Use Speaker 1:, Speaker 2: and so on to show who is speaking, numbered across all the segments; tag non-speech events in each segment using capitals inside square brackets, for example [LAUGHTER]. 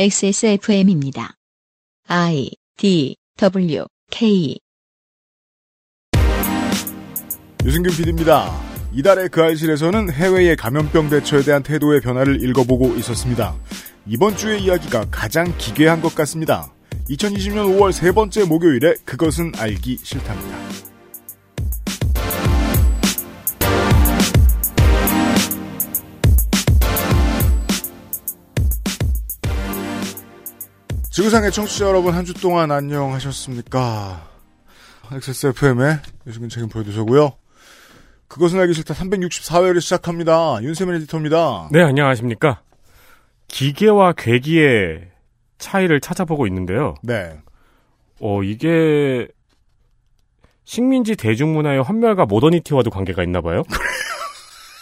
Speaker 1: XSFM입니다. I D W K
Speaker 2: 유승균 PD입니다. 이달의 그 알실에서는 해외의 감염병 대처에 대한 태도의 변화를 읽어보고 있었습니다. 이번 주의 이야기가 가장 기괴한 것 같습니다. 2020년 5월 세 번째 목요일에 그것은 알기 싫답니다. 지구상의 청취자 여러분 한 주 동안 안녕하셨습니까? XSFM의 유승균 책임 프로듀서고요. 그것은 알기 싫다 364회를 시작합니다. 윤세민 에디터입니다.
Speaker 3: 네, 안녕하십니까. 기계와 괴기의 차이를 찾아보고 있는데요.
Speaker 2: 네.
Speaker 3: 어, 이게 식민지 대중문화의 헌멸과 모더니티와도 관계가 있나 봐요.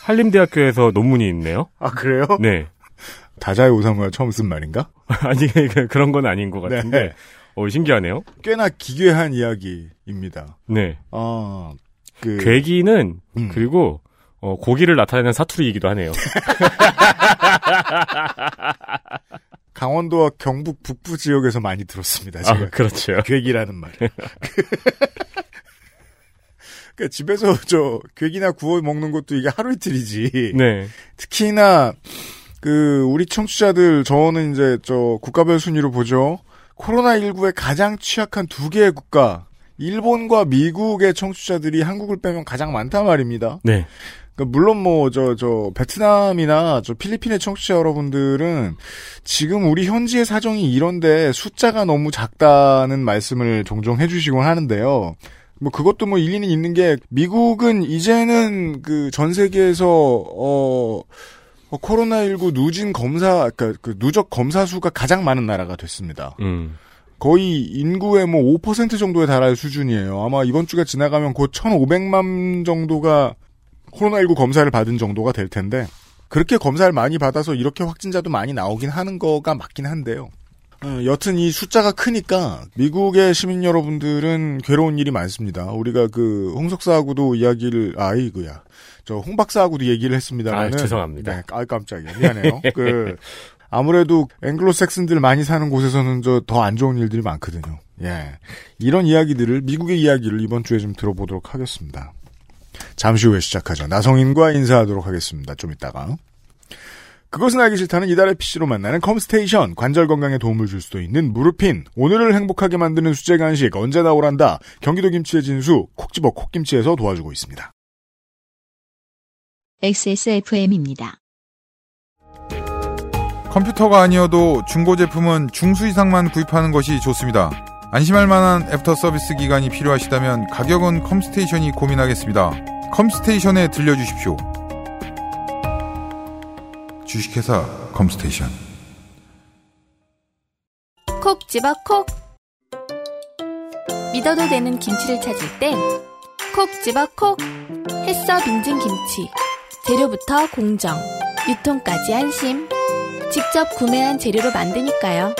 Speaker 3: 한림대학교에서 논문이 있네요.
Speaker 2: 아 그래요?
Speaker 3: 네. [LAUGHS]
Speaker 2: 다자의 오사무가 처음 쓴 말인가?
Speaker 3: 아니, [LAUGHS] 그- 그런 건 아닌 것 같은데.
Speaker 2: 네.
Speaker 3: 어, 신기하네요.
Speaker 2: 꽤나 기괴한 이야기입니다.
Speaker 3: 네.
Speaker 2: 아, 그
Speaker 3: 괴기는,
Speaker 2: 음.
Speaker 3: 그리고, 어, 고기를 나타내는 사투리이기도 하네요.
Speaker 2: 강원도와 경북 북부 지역에서 많이 들었습니다. 제가
Speaker 3: 아, 그렇죠.
Speaker 2: 괴기라는
Speaker 3: [LAUGHS]
Speaker 2: 말. 그러니까 집에서 저 괴기나 구워 먹는 것도 이게 하루 이틀이지.
Speaker 3: 네.
Speaker 2: 특히나 그 우리 청취자들 저는 이제 저 국가별 순위로 보죠. 코로나 19에 가장 취약한 두 개의 국가, 일본과 미국의 청취자들이 한국을 빼면 가장 많단 말입니다.
Speaker 3: 네.
Speaker 2: 그러니까 물론 뭐 저 저 베트남이나 저 필리핀의 청취자 여러분들은 지금 우리 현지의 사정이 이런데 숫자가 너무 작다는 말씀을 종종 해주시곤 하는데요. 뭐 그것도 뭐 일리는 있는 게 미국은 이제는 그 전 세계에서 어. 코로나 19 누진 검사 그러니까 그 누적 검사 수가 가장 많은 나라가 됐습니다.
Speaker 3: 음.
Speaker 2: 거의 인구의 뭐 5% 정도에 달할 수준이에요. 아마 이번 주가 지나가면 곧 1,500만 정도가 코로나19 검사를 받은 정도가 될 텐데 그렇게 검사를 많이 받아서 이렇게 확진자도 많이 나오긴 하는 거가 맞긴 한데요. 어, 여튼 이 숫자가 크니까 미국의 시민 여러분들은 괴로운 일이 많습니다. 우리가 그 홍석사하고도 이야기를 아이구야 저 홍박사하고도 얘기를 했습니다만은
Speaker 3: 아, 죄송합니다.
Speaker 2: 네, 아 깜짝이야
Speaker 3: [LAUGHS]
Speaker 2: 미안해요. 그 아무래도 앵글로색슨들 많이 사는 곳에서는 저 더 안 좋은 일들이 많거든요. 예. 이런 이야기들을 미국의 이야기를 이번 주에 좀 들어보도록 하겠습니다. 잠시 후에 시작하죠. 나성인과 인사하도록 하겠습니다. 좀 이따가. 그것은 알기 싫다는 이달의 PC로 만나는 컴스테이션, 관절 건강에 도움을 줄 수도 있는 무르핀, 오늘을 행복하게 만드는 수제 간식 언제 나오란다, 경기도 김치의 진수, 콕집어 콕김치에서 도와주고 있습니다.
Speaker 1: XSFM입니다.
Speaker 4: 컴퓨터가 아니어도 중고 제품은 중수 이상만 구입하는 것이 좋습니다. 안심할 만한 애프터 서비스 기간이 필요하시다면 가격은 컴스테이션이 고민하겠습니다. 컴스테이션에 들려주십시오. 주식회사 컴스테이션.
Speaker 5: 콕 집어 콕. 믿어도 되는 김치를 찾을 땐 콕 집어 콕. 햇서 빙진 김치. 재료부터 공정, 유통까지 안심. 직접 구매한 재료로 만드니까요.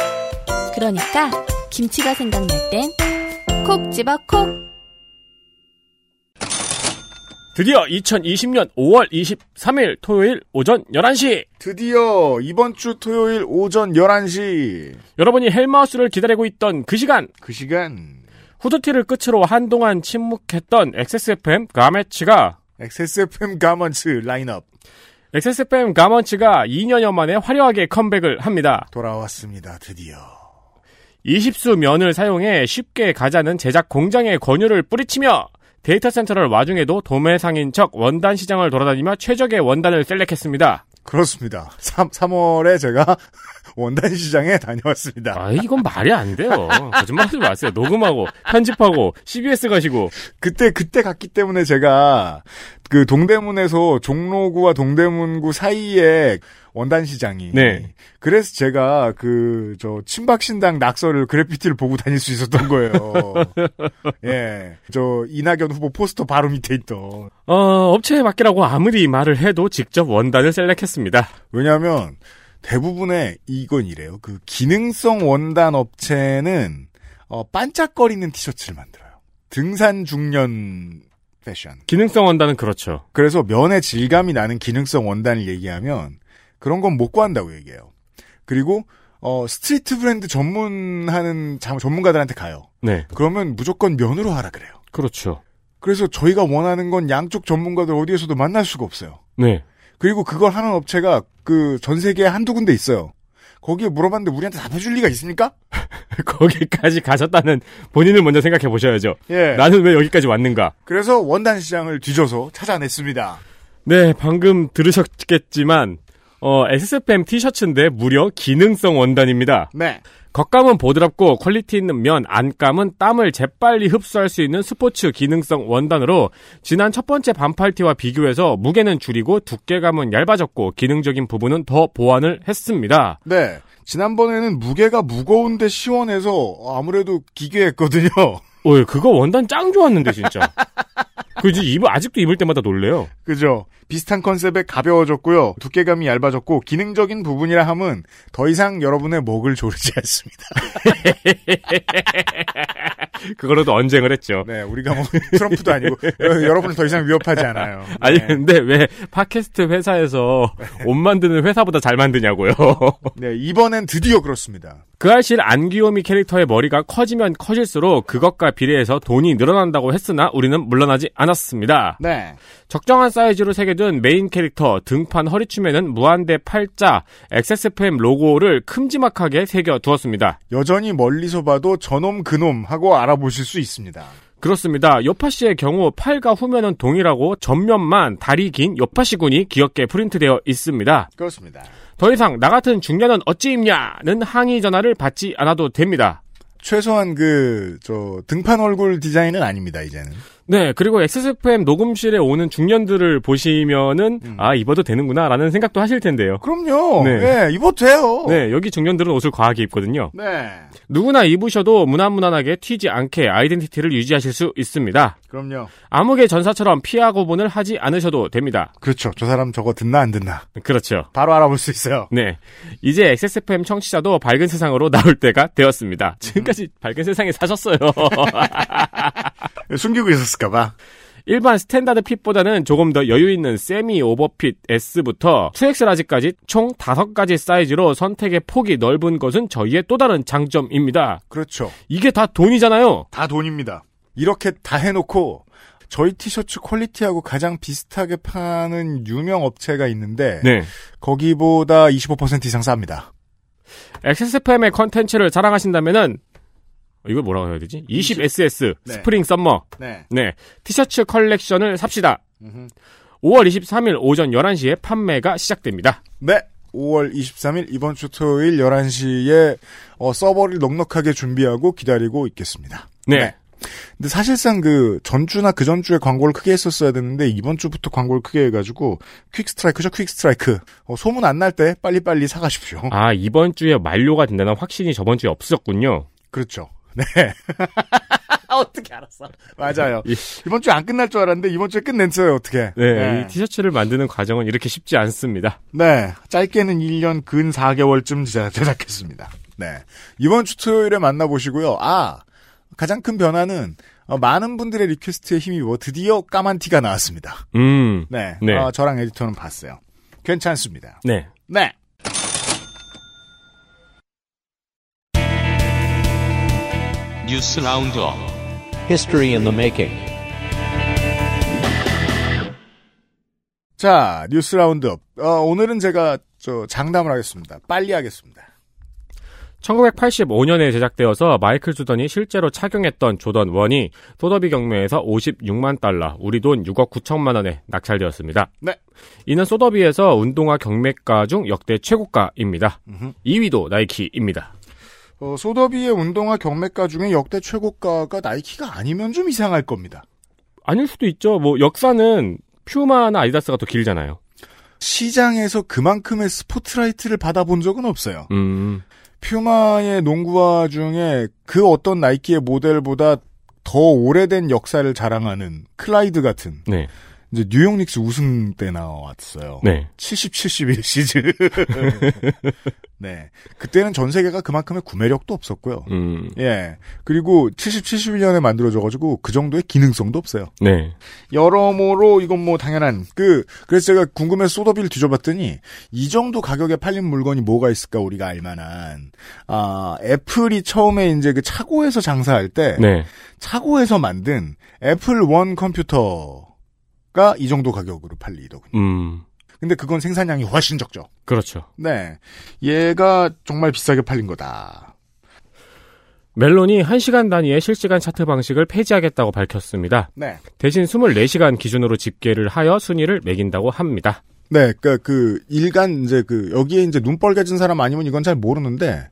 Speaker 5: 그러니까 김치가 생각날 땐 콕 집어 콕.
Speaker 3: 드디어 2020년 5월 23일 토요일 오전 11시!
Speaker 2: 드디어 이번 주 토요일 오전 11시
Speaker 3: 여러분이 헬마우스를 기다리고 있던 그 시간!
Speaker 2: 그 시간
Speaker 3: 후드티를 끝으로 한동안 침묵했던 XSFM 가메츠가
Speaker 2: XSFM 가먼츠 라인업
Speaker 3: XSFM 가먼츠가 2년여 만에 화려하게 컴백을 합니다.
Speaker 2: 돌아왔습니다. 드디어
Speaker 3: 20수 면을 사용해 쉽게 가자는 제작 공장의 권유를 뿌리치며 데이터 센터를 와중에도 도매상인 척 원단 시장을 돌아다니며 최적의 원단을 셀렉했습니다.
Speaker 2: 그렇습니다. 3, 3월에 제가 [LAUGHS] 원단 시장에 다녀왔습니다.
Speaker 3: 아, 이건 말이 안 돼요. 거짓말 하지 마세요. 녹음하고, 편집하고, CBS 가시고.
Speaker 2: 그때 그때 갔기 때문에 제가 그 동대문에서 종로구와 동대문구 사이에 원단 시장이
Speaker 3: 네.
Speaker 2: 그래서 제가 그 저 친박 신당 낙서를 그래피티를 보고 다닐 수 있었던 거예요. 예. 저 이낙연 후보 포스터 바로 밑에 있던
Speaker 3: 어, 업체에 맡기라고 아무리 말을 해도 직접 원단을 셀렉했습니다.
Speaker 2: 왜냐하면 대부분의 이건 이래요. 그 기능성 원단 업체는 어, 반짝거리는 티셔츠를 만들어요. 등산 중년 패션.
Speaker 3: 기능성 원단은 그렇죠.
Speaker 2: 그래서 면의 질감이 나는 기능성 원단을 얘기하면 그런 건 못 구한다고 얘기해요. 그리고 어, 스트리트 브랜드 전문하는 자- 전문가들한테 가요.
Speaker 3: 네.
Speaker 2: 그러면 무조건 면으로 하라 그래요.
Speaker 3: 그렇죠.
Speaker 2: 그래서 저희가 원하는 건 양쪽 전문가들 어디에서도 만날 수가 없어요.
Speaker 3: 네. [LAUGHS]
Speaker 2: 그리고 그걸 하는 업체가 그 전 세계에 한두 군데 있어요. 거기에 물어봤는데 우리한테 답해줄 리가 있습니까?
Speaker 3: 거기까지 가셨다는 본인을 먼저 생각해 보셔야죠.
Speaker 2: 예.
Speaker 3: 나는 왜 여기까지 왔는가?
Speaker 2: 그래서 원단 시장을 뒤져서 찾아냈습니다.
Speaker 3: 네, 방금 들으셨겠지만, 어, SFM 티셔츠인데 무려 기능성 원단입니다.
Speaker 2: 네.
Speaker 3: 겉감은 보드랍고 퀄리티 있는 면, 안감은 땀을 재빨리 흡수할 수 있는 스포츠 기능성 원단으로 지난 첫 번째 반팔티와 비교해서 무게는 줄이고 두께감은 얇아졌고 기능적인 부분은 더 보완을 했습니다.
Speaker 2: 네. 지난번에는 무게가 무거운데 시원해서 아무래도 기괴했거든요. [LAUGHS]
Speaker 3: 오, 어, 예, 그거 원단 짱 좋았는데 진짜. 그지 입을 아직도 입을 때마다 놀래요.
Speaker 2: 그죠? 비슷한 컨셉에 가벼워졌고요. 두께감이 얇아졌고 기능적인 부분이라 함은 더 이상 여러분의 목을 조르지 [LAUGHS] 않습니다.
Speaker 3: 그거로도 언쟁을 했죠.
Speaker 2: 네, 우리가 뭐 트럼프도 아니고 여- 여러분을 더 이상 위협하지 않아요. 네.
Speaker 3: 아니 근데 왜 팟캐스트 회사에서 옷 만드는 회사보다 잘 만드냐고요. [LAUGHS]
Speaker 2: 네, 이번엔 드디어 그렇습니다.
Speaker 3: 그 알실 안귀요미 캐릭터의 머리가 커지면 커질수록 그것과 비례해서 돈이 늘어난다고 했으나 우리는 물러나지 않았습니다.
Speaker 2: 네.
Speaker 3: 적정한 사이즈로 새겨둔 메인 캐릭터 등판 허리춤에는 무한대 팔자 XSFM 로고를 큼지막하게 새겨두었습니다.
Speaker 2: 여전히 멀리서 봐도 저놈 그놈 하고 알아보실 수 있습니다.
Speaker 3: 그렇습니다. 요파씨의 경우 팔과 후면은 동일하고 전면만 다리 긴 요파씨군이 귀엽게 프린트되어 있습니다.
Speaker 2: 그렇습니다.
Speaker 3: 더 이상 나 같은 중년은 어찌 입냐는 항의 전화를 받지 않아도 됩니다.
Speaker 2: 최소한 그, 저, 등판 얼굴 디자인은 아닙니다, 이제는.
Speaker 3: 네, 그리고 XSFM 녹음실에 오는 중년들을 보시면은 아 입어도 되는구나라는 생각도 하실 텐데요.
Speaker 2: 그럼요.
Speaker 3: 네.
Speaker 2: 네. 입어도 돼요.
Speaker 3: 네, 여기 중년들은 옷을 과하게 입거든요.
Speaker 2: 네.
Speaker 3: 누구나 입으셔도 무난무난하게 튀지 않게 아이덴티티를 유지하실 수 있습니다.
Speaker 2: 그럼요.
Speaker 3: 암흑의 전사처럼 피하 구분을 하지 않으셔도 됩니다.
Speaker 2: 그렇죠. 저 사람 저거 듣나 안 듣나.
Speaker 3: 그렇죠.
Speaker 2: 바로 알아볼 수 있어요.
Speaker 3: 네. 이제 XSFM 청취자도 밝은 세상으로 [LAUGHS] 나올 때가 되었습니다. 지금까지 밝은 세상에 사셨어요. [LAUGHS]
Speaker 2: 네, 숨기고 있었을까봐.
Speaker 3: 일반 스탠다드 핏보다는 조금 더 여유 있는 세미 오버핏 S부터 2X 라지까지 총 5가지 사이즈로 선택의 폭이 넓은 것은 저희의 또 다른 장점입니다.
Speaker 2: 그렇죠.
Speaker 3: 이게 다 돈이잖아요.
Speaker 2: 다 돈입니다. 이렇게 다 해놓고, 저희 티셔츠 퀄리티하고 가장 비슷하게 파는 유명 업체가 있는데,
Speaker 3: 네.
Speaker 2: 거기보다 25% 이상 쌉니다.
Speaker 3: XSFM의 컨텐츠를 사랑하신다면은 이걸 뭐라고 해야 되지? 20SS
Speaker 2: 네.
Speaker 3: 스프링 썸머
Speaker 2: 네.
Speaker 3: 네. 티셔츠 컬렉션을 삽시다. 5월 23일 오전 11시에 판매가 시작됩니다.
Speaker 2: 네. 5월 23일 이번 주 토요일 11시에 어, 서버를 넉넉하게 준비하고 기다리고 있겠습니다.
Speaker 3: 네.
Speaker 2: 네. 근데 사실상 그 전주나 그 전주에 광고를 크게 했었어야 되는데 이번 주부터 광고를 크게 해가지고 퀵 스트라이크죠 퀵 스트라이크 어, 소문 안 날 때 빨리빨리 사가십시오. [LAUGHS]
Speaker 3: 아, 이번 주에 만료가 된다는 확신이 저번 주에 없었군요.
Speaker 2: 그렇죠. 네. [LAUGHS] 어떻게 알았어? 맞아요. 이번 주에 안 끝날 줄 알았는데 이번 주에 끝냈어요. 어떻게?
Speaker 3: 네,
Speaker 2: 네.
Speaker 3: 이 티셔츠를 만드는 과정은 이렇게 쉽지 않습니다.
Speaker 2: 네, 짧게는 1년 근 4개월쯤 제- 제작했습니다. 네. 이번 주 토요일에 만나보시고요. 아, 가장 큰 변화는 어, 많은 분들의 리퀘스트에 힘입어 드디어 까만 티가 나왔습니다.
Speaker 3: 음,
Speaker 2: 네.
Speaker 3: 네.
Speaker 2: 어, 저랑 에디터는 봤어요. 괜찮습니다.
Speaker 3: 네.
Speaker 2: 네.
Speaker 6: 뉴스 라운드업
Speaker 7: History in the making.
Speaker 2: 자, 뉴스 라운드업. 어, 오늘은 제가 저 장담을 하겠습니다. 빨리 하겠습니다.
Speaker 3: 1985년에 제작되어서 마이클 주던이 실제로 착용했던 조던 원이 소더비 경매에서 56만 달러, 우리 돈 6억 9천만 원에 낙찰되었습니다.
Speaker 2: 네.
Speaker 3: 이는 소더비에서 운동화 경매가 중 역대 최고가입니다. 2위도 나이키입니다.
Speaker 2: 어, 소더비의 운동화 경매가 중에 역대 최고가가 나이키가 아니면 좀 이상할 겁니다.
Speaker 3: 아닐 수도 있죠. 뭐 역사는 퓨마나 아디다스가 더 길잖아요.
Speaker 2: 시장에서 그만큼의 스포트라이트를 받아본 적은 없어요.
Speaker 3: 음,
Speaker 2: 퓨마의 농구화 중에 그 어떤 나이키의 모델보다 더 오래된 역사를 자랑하는 클라이드 같은
Speaker 3: 네.
Speaker 2: 이제 뉴욕 닉스 우승 때 나왔어요.
Speaker 3: 네.
Speaker 2: 70, 71 [LAUGHS] 시즌. 네. 그때는 전 세계가 그만큼의 구매력도 없었고요.
Speaker 3: 음.
Speaker 2: 예. 그리고 70, 71년에 만들어져가지고 그 정도의 기능성도 없어요.
Speaker 3: 네.
Speaker 2: 여러모로 이건 뭐 당연한 그 그래서 제가 궁금해 소더비를 뒤져봤더니 이 정도 가격에 팔린 물건이 뭐가 있을까 우리가 알만한 아 애플이 처음에 이제 그 차고에서 장사할 때
Speaker 3: 네.
Speaker 2: 차고에서 만든 애플 원 컴퓨터가 이 정도 가격으로 팔리더군요.
Speaker 3: 음.
Speaker 2: 근데 그건 생산량이 훨씬 적죠.
Speaker 3: 그렇죠.
Speaker 2: 네, 얘가 정말 비싸게 팔린 거다.
Speaker 3: 멜론이 1시간 단위의 실시간 차트 방식을 폐지하겠다고 밝혔습니다.
Speaker 2: 네,
Speaker 3: 대신 24시간 기준으로 집계를 하여 순위를 매긴다고 합니다.
Speaker 2: 네, 그러니까 그 일간 이제 그 여기에 이제 눈 뻘개진 사람 아니면 이건 잘 모르는데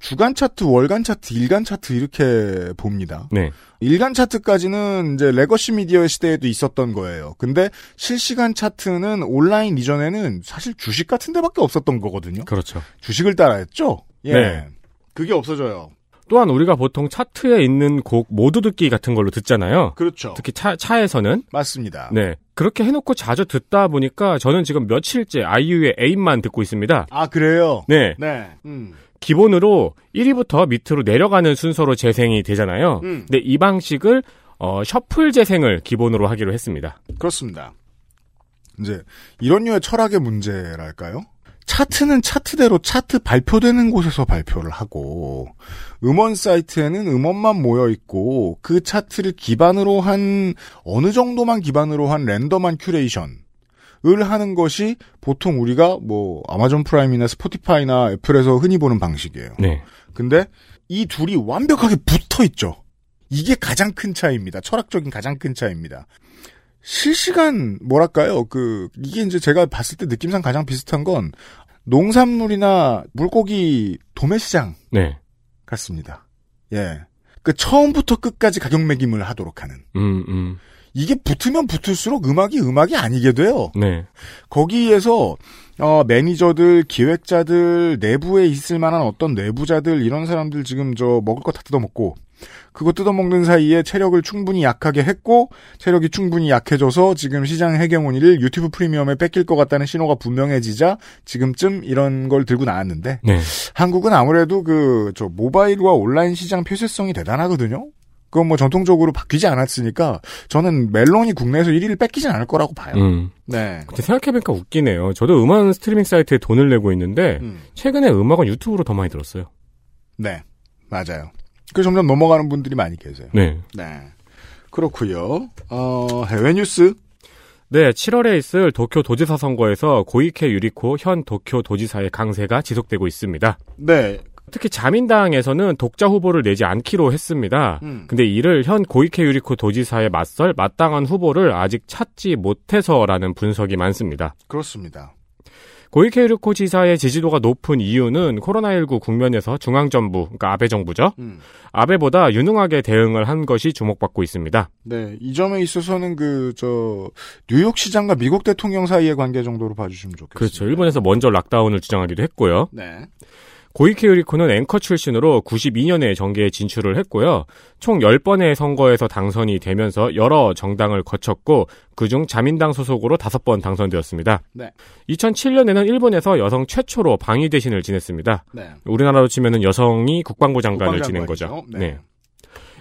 Speaker 2: 주간 차트, 월간 차트, 일간 차트 이렇게 봅니다.
Speaker 3: 네.
Speaker 2: 일간 차트까지는 이제 레거시 미디어 시대에도 있었던 거예요. 근데 실시간 차트는 온라인 이전에는 사실 주식 같은 데밖에 없었던 거거든요.
Speaker 3: 그렇죠.
Speaker 2: 주식을 따라했죠. 예.
Speaker 3: 네.
Speaker 2: 그게 없어져요.
Speaker 3: 또한 우리가 보통 차트에 있는 곡 모두 듣기 같은 걸로 듣잖아요.
Speaker 2: 그렇죠.
Speaker 3: 특히 차, 차에서는.
Speaker 2: 맞습니다.
Speaker 3: 네. 그렇게 해놓고 자주 듣다 보니까 저는 지금 며칠째 아이유의 에임만 듣고 있습니다.
Speaker 2: 아 그래요.
Speaker 3: 네.
Speaker 2: 네. 음.
Speaker 3: 기본으로 1위부터 밑으로 내려가는 순서로 재생이 되잖아요.
Speaker 2: 음.
Speaker 3: 근데 이 방식을 어, 셔플 재생을 기본으로 하기로 했습니다.
Speaker 2: 그렇습니다. 이제 이런 류의 철학의 문제랄까요? 차트는 차트대로 차트 발표되는 곳에서 발표를 하고 음원 사이트에는 음원만 모여 있고 그 차트를 기반으로 한 어느 정도만 기반으로 한 랜덤한 큐레이션 을 하는 것이 보통 우리가 뭐 아마존 프라임이나 스포티파이나 애플에서 흔히 보는 방식이에요.
Speaker 3: 네.
Speaker 2: 근데 이 둘이 완벽하게 붙어 있죠. 이게 가장 큰 차이입니다. 철학적인 가장 큰 차이입니다. 실시간 뭐랄까요? 그 이게 이제 제가 봤을 때 느낌상 가장 비슷한 건 농산물이나 물고기 도매시장
Speaker 3: 네.
Speaker 2: 같습니다. 예. 그 처음부터 끝까지 가격 매김을 하도록 하는
Speaker 3: 음, 음.
Speaker 2: 이게 붙으면 붙을수록 음악이 음악이 아니게 돼요.
Speaker 3: 네.
Speaker 2: 거기에서 어, 매니저들, 기획자들, 내부에 있을 만한 어떤 내부자들 이런 사람들 지금 저 먹을 거 다 뜯어먹고 그거 뜯어먹는 사이에 체력을 충분히 약하게 했고 체력이 충분히 약해져서 지금 시장 해경운이를 유튜브 프리미엄에 뺏길 것 같다는 신호가 분명해지자 지금쯤 이런 걸 들고 나왔는데
Speaker 3: 네.
Speaker 2: 한국은 아무래도 그 저 모바일과 온라인 시장 폐쇄성이 대단하거든요. 그건 뭐 전통적으로 바뀌지 않았으니까 저는 멜론이 국내에서 1위를 뺏기진 않을 거라고 봐요.
Speaker 3: 음.
Speaker 2: 네.
Speaker 3: 근데 생각해보니까 웃기네요. 저도 음원 스트리밍 사이트에 돈을 내고 있는데,
Speaker 2: 음.
Speaker 3: 최근에 음악은 유튜브로 더 많이 들었어요.
Speaker 2: 네, 맞아요. 그 점점 넘어가는 분들이 많이 계세요.
Speaker 3: 네.
Speaker 2: 네, 그렇고요. 어, 해외 뉴스.
Speaker 3: 네, 7월에 있을 도쿄 도지사 선거에서 고이케 유리코 현 도쿄 도지사의 강세가 지속되고 있습니다.
Speaker 2: 네,
Speaker 3: 특히 자민당에서는 독자 후보를 내지 않기로 했습니다.
Speaker 2: 음.
Speaker 3: 근데 이를 현 고이케 유리코 도지사에 맞설 마땅한 후보를 아직 찾지 못해서라는 분석이 많습니다.
Speaker 2: 그렇습니다.
Speaker 3: 고이케 유리코 지사의 지지도가 높은 이유는 코로나19 국면에서 중앙정부, 그러니까 아베 정부죠.
Speaker 2: 음.
Speaker 3: 아베보다 유능하게 대응을 한 것이 주목받고 있습니다.
Speaker 2: 네, 이 점에 있어서는 그 저 뉴욕 시장과 미국 대통령 사이의 관계 정도로 봐주시면 좋겠습니다.
Speaker 3: 그렇죠. 일본에서 먼저 락다운을 주장하기도 했고요.
Speaker 2: 네,
Speaker 3: 고이케 유리코는 앵커 출신으로 92년에 정계에 진출을 했고요. 총 10번의 선거에서 당선이 되면서 여러 정당을 거쳤고 그중 자민당 소속으로 5번 당선되었습니다.
Speaker 2: 네.
Speaker 3: 2007년에는 일본에서 여성 최초로 방위 대신을 지냈습니다.
Speaker 2: 네.
Speaker 3: 우리나라로 치면은 여성이 국방부 장관을
Speaker 2: 국방장관이죠.
Speaker 3: 지낸 거죠.
Speaker 2: 네.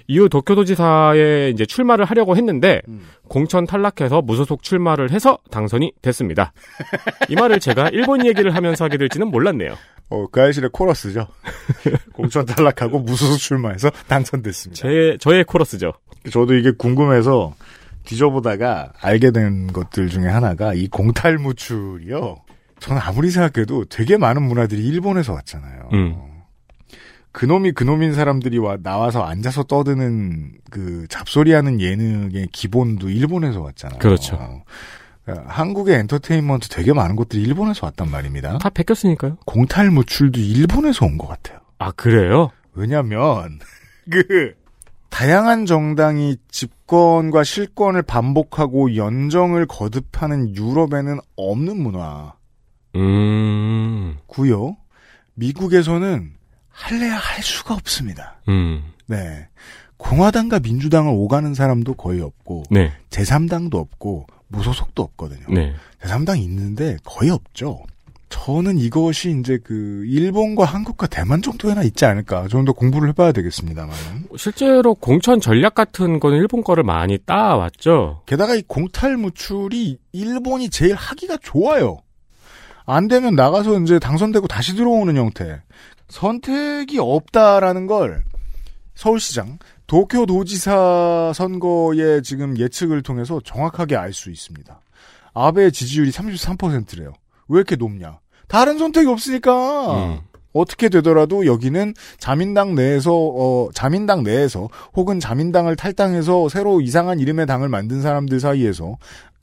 Speaker 3: 이후 도쿄도지사에 이제 출마를 하려고 했는데
Speaker 2: 음.
Speaker 3: 공천 탈락해서 무소속 출마를 해서 당선이 됐습니다. 이 말을 제가 일본 얘기를 하면서 하게 될지는 몰랐네요.
Speaker 2: 어, 그 아이실의
Speaker 3: [LAUGHS]
Speaker 2: 코러스죠. 공천 탈락하고 무소속 출마해서 당선됐습니다.
Speaker 3: 제 저의 코러스죠.
Speaker 2: 저도 이게 궁금해서 뒤져보다가 알게 된 것들 중에 하나가 이 공탈무출이요. 저는 아무리 생각해도 되게 많은 문화들이 일본에서 왔잖아요.
Speaker 3: 음.
Speaker 2: 그놈이 그놈인 사람들이 와, 나와서 앉아서 떠드는 그 잡소리하는 예능의 기본도 일본에서 왔잖아요.
Speaker 3: 그렇죠.
Speaker 2: 그러니까 한국의 엔터테인먼트 되게 많은 것들이 일본에서 왔단 말입니다.
Speaker 3: 다 베꼈으니까요.
Speaker 2: 공탈무출도 일본에서 온 것 같아요.
Speaker 3: 아 그래요?
Speaker 2: 왜냐면 [LAUGHS] 그 다양한 정당이 집권과 실권을 반복하고 연정을 거듭하는 유럽에는 없는 문화고요.
Speaker 3: 음,
Speaker 2: 미국에서는 할래야 할 수가 없습니다.
Speaker 3: 음,
Speaker 2: 네. 공화당과 민주당을 오가는 사람도 거의 없고
Speaker 3: 네,
Speaker 2: 제3당도 없고 무소속도 없거든요.
Speaker 3: 네.
Speaker 2: 제3당 있는데 거의 없죠. 저는 이것이 이제 그 일본과 한국과 대만 정도에나 있지 않을까. 좀 더 공부를 해봐야 되겠습니다만.
Speaker 3: 실제로 공천 전략 같은 거는 일본 거를 많이 따왔죠.
Speaker 2: 게다가 이 공탈 무출이 일본이 제일 하기가 좋아요. 안 되면 나가서 이제 당선되고 다시 들어오는 형태. 선택이 없다라는 걸 서울시장, 도쿄도지사 선거의 지금 예측을 통해서 정확하게 알 수 있습니다. 아베 지지율이 33%래요. 왜 이렇게 높냐? 다른 선택이 없으니까.
Speaker 3: 음.
Speaker 2: 어떻게 되더라도 여기는 자민당 내에서 어, 자민당 내에서 혹은 자민당을 탈당해서 새로 이상한 이름의 당을 만든 사람들 사이에서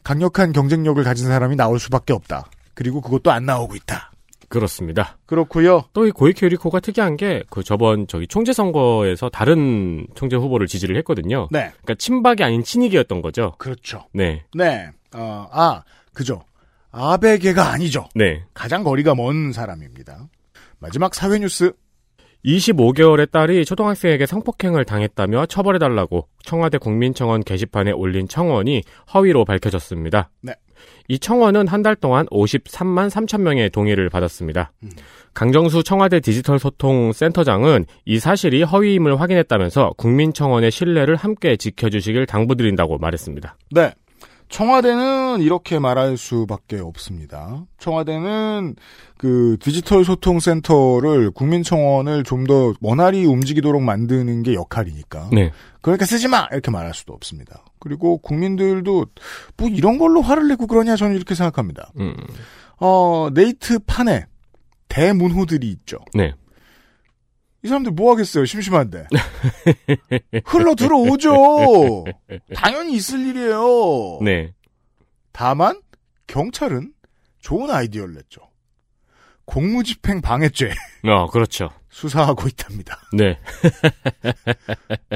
Speaker 2: 강력한 경쟁력을 가진 사람이 나올 수밖에 없다. 그리고 그것도 안 나오고 있다.
Speaker 3: 그렇습니다.
Speaker 2: 그렇고요.
Speaker 3: 또 이 고이케 유리코가 특이한 게 그 저번 저기 총재 선거에서 다른 총재 후보를 지지를 했거든요.
Speaker 2: 네,
Speaker 3: 그러니까 친박이 아닌 친이기였던 거죠.
Speaker 2: 그렇죠.
Speaker 3: 네.
Speaker 2: 네, 어, 아 그죠. 아베계가 아니죠.
Speaker 3: 네.
Speaker 2: 가장 거리가 먼 사람입니다. 마지막 사회 뉴스.
Speaker 3: 25개월의 딸이 초등학생에게 성폭행을 당했다며 처벌해달라고 청와대 국민청원 게시판에 올린 청원이 허위로 밝혀졌습니다.
Speaker 2: 네.
Speaker 3: 이 청원은 한 달 동안 53만 3천 명의 동의를 받았습니다.
Speaker 2: 음.
Speaker 3: 강정수 청와대 디지털 소통 센터장은 이 사실이 허위임을 확인했다면서 국민청원의 신뢰를 함께 지켜주시길 당부드린다고 말했습니다.
Speaker 2: 네. 청와대는 이렇게 말할 수밖에 없습니다. 청와대는 그 디지털 소통 센터를 국민청원을 좀 더 원활히 움직이도록 만드는 게 역할이니까.
Speaker 3: 네.
Speaker 2: 그러니까 쓰지 마 이렇게 말할 수도 없습니다. 그리고 국민들도 뭐 이런 걸로 화를 내고 그러냐 저는 이렇게 생각합니다.
Speaker 3: 음,
Speaker 2: 어 네이트 판에 대문호들이 있죠.
Speaker 3: 네.
Speaker 2: 이 사람들 뭐 하겠어요? 심심한데. [LAUGHS] 흘러 들어오죠. 당연히 있을 일이에요.
Speaker 3: 네.
Speaker 2: 다만 경찰은 좋은 아이디어를 냈죠. 공무집행 방해죄 [LAUGHS]
Speaker 3: 어, 그렇죠.
Speaker 2: 수사하고 있답니다.
Speaker 3: 네.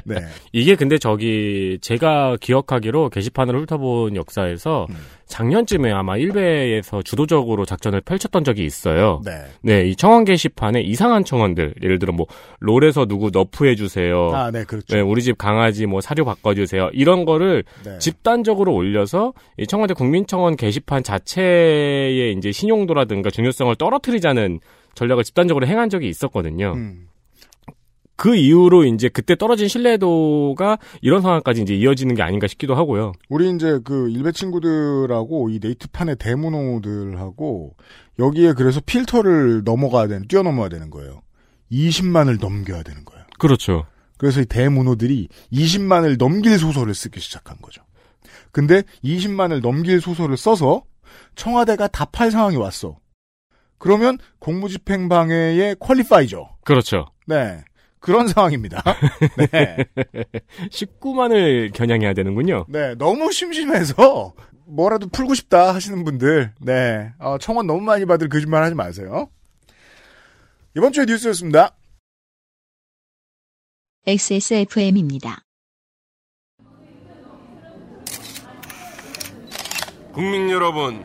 Speaker 2: 네.
Speaker 3: 이게 근데 저기 제가 기억하기로 게시판을 훑어본 역사에서
Speaker 2: 음.
Speaker 3: 작년쯤에 아마 일베에서 주도적으로 작전을 펼쳤던 적이 있어요.
Speaker 2: 네.
Speaker 3: 네, 이 청원 게시판에 이상한 청원들, 예를 들어 뭐 롤에서 누구 너프해 주세요.
Speaker 2: 아, 네, 그렇죠.
Speaker 3: 네, 우리 집 강아지 뭐 사료 바꿔주세요. 이런 거를
Speaker 2: 네.
Speaker 3: 집단적으로 올려서 이 청와대 국민청원 게시판 자체의 이제 신용도라든가 중요성을 떨어뜨리자는 전략을 집단적으로 행한 적이 있었거든요.
Speaker 2: 음.
Speaker 3: 그 이후로 이제 그때 떨어진 신뢰도가 이런 상황까지 이제 이어지는 게 아닌가 싶기도 하고요.
Speaker 2: 우리 이제 그 일베 친구들하고 이 네이트판의 대문호들하고 여기에 그래서 필터를 넘어가야 되는 뛰어넘어야 되는 거예요. 20만을 넘겨야 되는 거예요.
Speaker 3: 그렇죠.
Speaker 2: 그래서 이 대문호들이 20만을 넘길 소설을 쓰기 시작한 거죠. 근데 20만을 넘길 소설을 써서 청와대가 답할 상황이 왔어. 그러면 공무집행방해의 퀄리파이죠.
Speaker 3: 그렇죠.
Speaker 2: 네. 그런 상황입니다. 네.
Speaker 3: 19만을 겨냥해야 되는군요.
Speaker 2: 네. 너무 심심해서 뭐라도 풀고 싶다 하시는 분들, 네. 어, 청원 너무 많이 받을 거짓말 하지 마세요. 이번 주의 뉴스였습니다.
Speaker 1: XSFM입니다.
Speaker 8: 국민 여러분,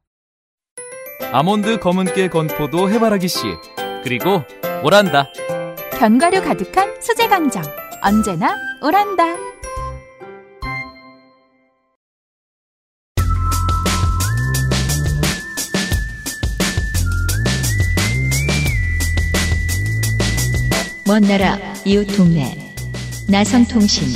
Speaker 9: 아몬드 검은깨 건포도 해바라기 씨 그리고 오란다
Speaker 10: 견과류 가득한 수제 강정 언제나 오란다
Speaker 1: 먼 나라 이웃 동네 나성통신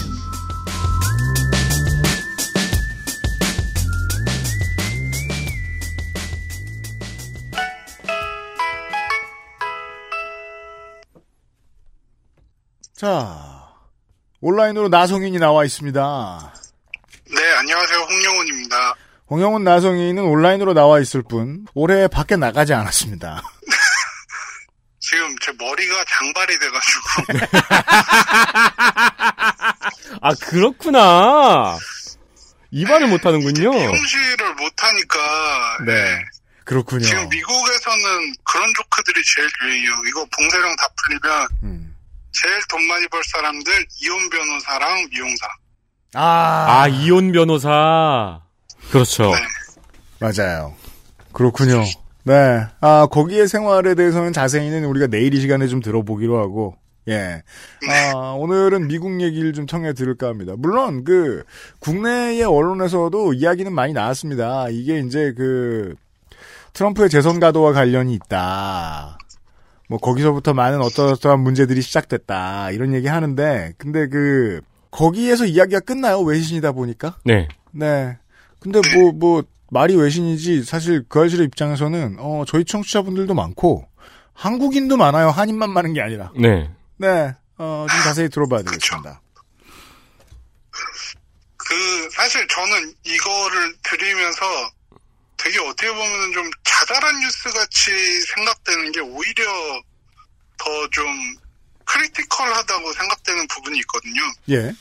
Speaker 2: 자. 온라인으로 나성인이 나와 있습니다.
Speaker 11: 네, 안녕하세요. 홍영훈입니다.
Speaker 2: 홍영훈 나성인은 온라인으로 나와 있을 뿐 올해 밖에 나가지 않았습니다.
Speaker 11: 지금 제 머리가 장발이 돼가지고
Speaker 2: [LAUGHS]
Speaker 3: 그렇죠. 아, 그렇구나. 이 말을 못 하는군요.
Speaker 11: 미용실을 못하니까.
Speaker 2: 네. [LAUGHS] 그렇군요.
Speaker 11: 지금 미국에서는 그런 조크들이 제일 유행해요. 이거 봉쇄령 다 풀리면
Speaker 2: 음.
Speaker 11: 제일 돈 많이 벌 사람들 이혼 변호사랑 미용사.
Speaker 2: 아.
Speaker 3: 아, 이혼 변호사. 그렇죠.
Speaker 2: 맞아요. 그렇군요. 네. 아, 거기의 생활에 대해서는 자세히는 우리가 내일 이 시간에 좀 들어보기로 하고, 예. 아, 오늘은 미국 얘기를 좀 청해 들을까 합니다. 물론, 그, 국내의 언론에서도 이야기는 많이 나왔습니다. 이게 이제 그, 트럼프의 재선 가도와 관련이 있다. 뭐, 거기서부터 많은 어떠어떠한 문제들이 시작됐다. 이런 얘기 하는데, 근데 그, 거기에서 이야기가 끝나요. 외신이다 보니까.
Speaker 3: 네.
Speaker 2: 네. 근데 뭐, 뭐, 말이 외신이지, 사실 그 아저씨의 입장에서는, 어, 저희 청취자분들도 많고, 한국인도 많아요. 한인만 많은 게 아니라.
Speaker 3: 네.
Speaker 2: 네. 어, 좀 자세히 들어봐야 되겠습니다.
Speaker 11: 그 사실 저는 이거를 들으면서 되게 어떻게 보면 좀 자잘한 뉴스 같이 생각되는 게 오히려 더 좀 크리티컬하다고 생각되는 부분이 있거든요.
Speaker 2: 예.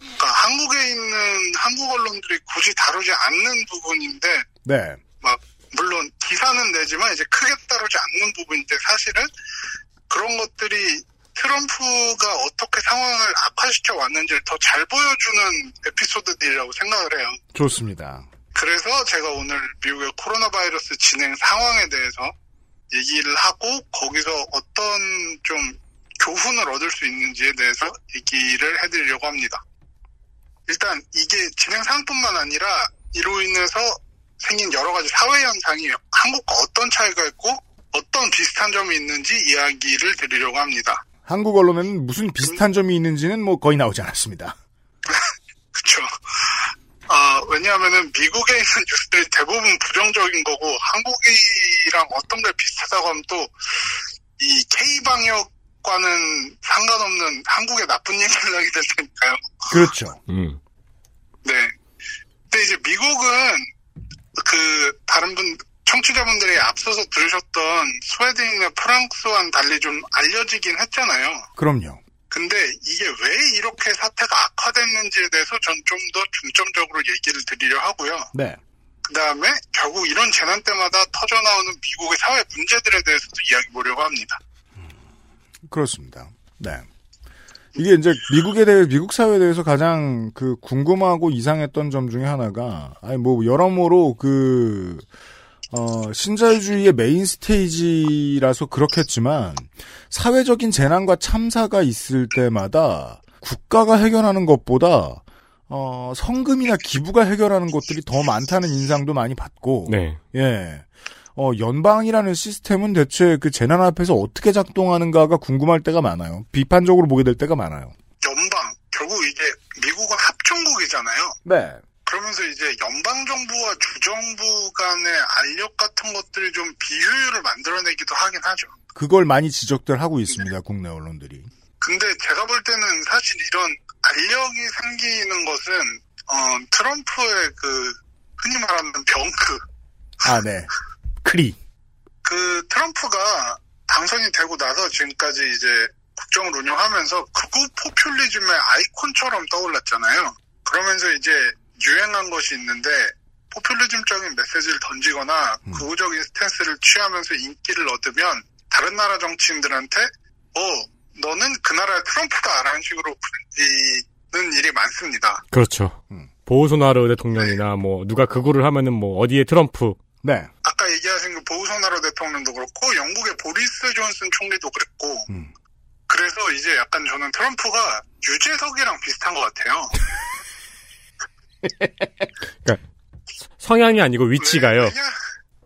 Speaker 11: 그러니까 한국에 있는 한국 언론들이 굳이 다루지 않는 부분인데
Speaker 2: 네.
Speaker 11: 막 물론 기사는 내지만 이제 크게 다루지 않는 부분인데 사실은 그런 것들이 트럼프가 어떻게 상황을 악화시켜 왔는지를 더 잘 보여주는 에피소드들이라고 생각을 해요.
Speaker 2: 좋습니다.
Speaker 11: 그래서 제가 오늘 미국의 코로나 바이러스 진행 상황에 대해서 얘기를 하고 거기서 어떤 좀 교훈을 얻을 수 있는지에 대해서 얘기를 해드리려고 합니다. 일단 이게 진행 상황뿐만 아니라 이로 인해서 생긴 여러 가지 사회 현상이 한국과 어떤 차이가 있고 어떤 비슷한 점이 있는지 이야기를 드리려고 합니다.
Speaker 2: 한국 언론에는 무슨 비슷한 점이 있는지는 뭐 거의 나오지 않았습니다.
Speaker 11: 그쵸. 아, 왜냐하면은 미국에 있는 뉴스들이 대부분 부정적인 거고 한국이랑 어떤 게 비슷하다고 하면 또 이 K방역과는 상관없는 한국의 나쁜 얘기를 하게 될 테니까요.
Speaker 2: 그렇죠.
Speaker 3: 음.
Speaker 11: 네. 근데 이제 미국은 그 다른 분 청취자분들이 앞서서 들으셨던 스웨덴이나 프랑스와는 달리 좀 알려지긴 했잖아요.
Speaker 2: 그럼요.
Speaker 11: 근데 이게 왜 이렇게 사태가 악화됐는지에 대해서 전 좀 더 중점적으로 얘기를 드리려 하고요.
Speaker 2: 네.
Speaker 11: 그 다음에 결국 이런 재난 때마다 터져나오는 미국의 사회 문제들에 대해서도 이야기 보려고 합니다.
Speaker 2: 그렇습니다. 네. 이게 이제 미국에 대해 미국 사회에 대해서 가장 그 궁금하고 이상했던 점 중에 하나가 아니 뭐 여러모로 그 어, 신자유주의의 메인 스테이지라서 그렇겠지만 사회적인 재난과 참사가 있을 때마다 국가가 해결하는 것보다 어, 성금이나 기부가 해결하는 것들이 더 많다는 인상도 많이 받고
Speaker 3: 네.
Speaker 2: 예. 어, 연방이라는 시스템은 대체 그 재난 앞에서 어떻게 작동하는가가 궁금할 때가 많아요. 비판적으로 보게 될 때가 많아요.
Speaker 11: 연방, 결국 이게 미국은 합중국이잖아요.
Speaker 2: 네.
Speaker 11: 그러면서 이제 연방정부와 주정부 간의 알력 같은 것들이 좀 비효율을 만들어내기도 하긴 하죠.
Speaker 2: 그걸 많이 지적들 하고 있습니다. 국내 언론들이.
Speaker 11: 근데 제가 볼 때는 사실 이런 알력이 생기는 것은 어, 트럼프의 그 흔히 말하는 병크
Speaker 2: 아, 네. 크리.
Speaker 11: 그 트럼프가 당선이 되고 나서 지금까지 이제 국정을 운영하면서 극우 포퓰리즘의 아이콘처럼 떠올랐잖아요. 그러면서 이제 유행한 것이 있는데 포퓰리즘적인 메시지를 던지거나 극우적인 스탠스를 취하면서 인기를 얻으면 다른 나라 정치인들한테 어 너는 그 나라의 트럼프다라는 식으로 불리는 일이 많습니다.
Speaker 3: 그렇죠. 보우소나르 대통령이나 뭐 누가 그거를 하면은 뭐 어디에 트럼프.
Speaker 2: 네.
Speaker 11: 아까 얘기하신 그 보우소나루 대통령도 그렇고 영국의 보리스 존슨 총리도 그랬고
Speaker 3: 음.
Speaker 11: 그래서 이제 약간 저는 트럼프가 유재석이랑 비슷한 것 같아요.
Speaker 3: 성향이 아니고 [LAUGHS] 위치가요.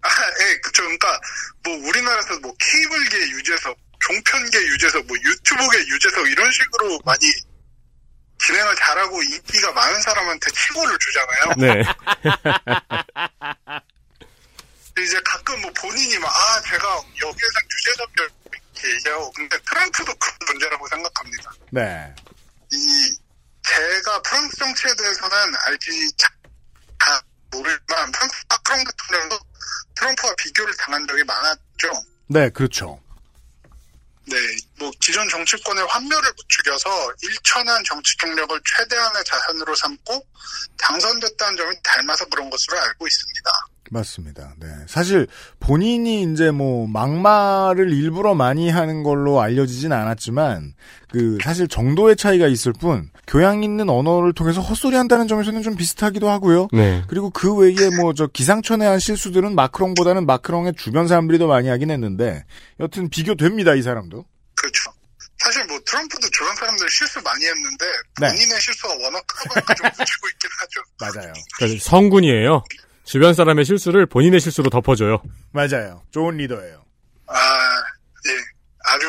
Speaker 11: 아, 예, 그쵸. 그러니까 뭐 우리나라에서 뭐 케이블계 유재석, 종편계 유재석, 뭐 유튜브계 유재석 이런 식으로 많이 진행을 잘하고 인기가 많은 사람한테 치고를 주잖아요.
Speaker 3: 네.
Speaker 11: 근데 이제 가끔 뭐 본인이 막, 아, 제가 여기에서 유재석 열 이렇게 얘기하고, 근데 트럼프도 큰 문제라고 생각합니다.
Speaker 2: 네.
Speaker 11: 이, 제가 프랑스 정치에 대해서는 알지 자- 다 모르지만, 프랑스 마크롱 대통령도 트럼프와 비교를 당한 적이 많았죠.
Speaker 2: 네, 그렇죠.
Speaker 11: 네, 뭐, 지- 기존 정치권의 환멸을 부추겨서 일천한 정치 경력을 최대한의 자산으로 삼고 당선됐다는 점이 닮아서 그런 것으로 알고 있습니다.
Speaker 2: 맞습니다. 네. 사실 본인이 이제 뭐 막말을 일부러 많이 하는 걸로 알려지진 않았지만 그 사실 정도의 차이가 있을 뿐 교양 있는 언어를 통해서 헛소리 한다는 점에서는 좀 비슷하기도 하고요.
Speaker 3: [LAUGHS] 네.
Speaker 2: 그리고 그 외에 뭐 저 기상천외 한 실수들은 마크롱보다는 마크롱의 주변 사람들이 더 많이 하긴 했는데 여튼 비교됩니다. 이 사람도.
Speaker 11: 그렇죠. 사실 뭐 트럼프도 저런 사람들 실수 많이 했는데 본인의 실수가 워낙 크다고 좀 붙이고 있긴 하죠.
Speaker 2: 맞아요.
Speaker 3: 그러니까 성군이에요. 주변 사람의 실수를 본인의 실수로 덮어줘요.
Speaker 2: 맞아요. 좋은 리더예요.
Speaker 11: 아, 예. 아주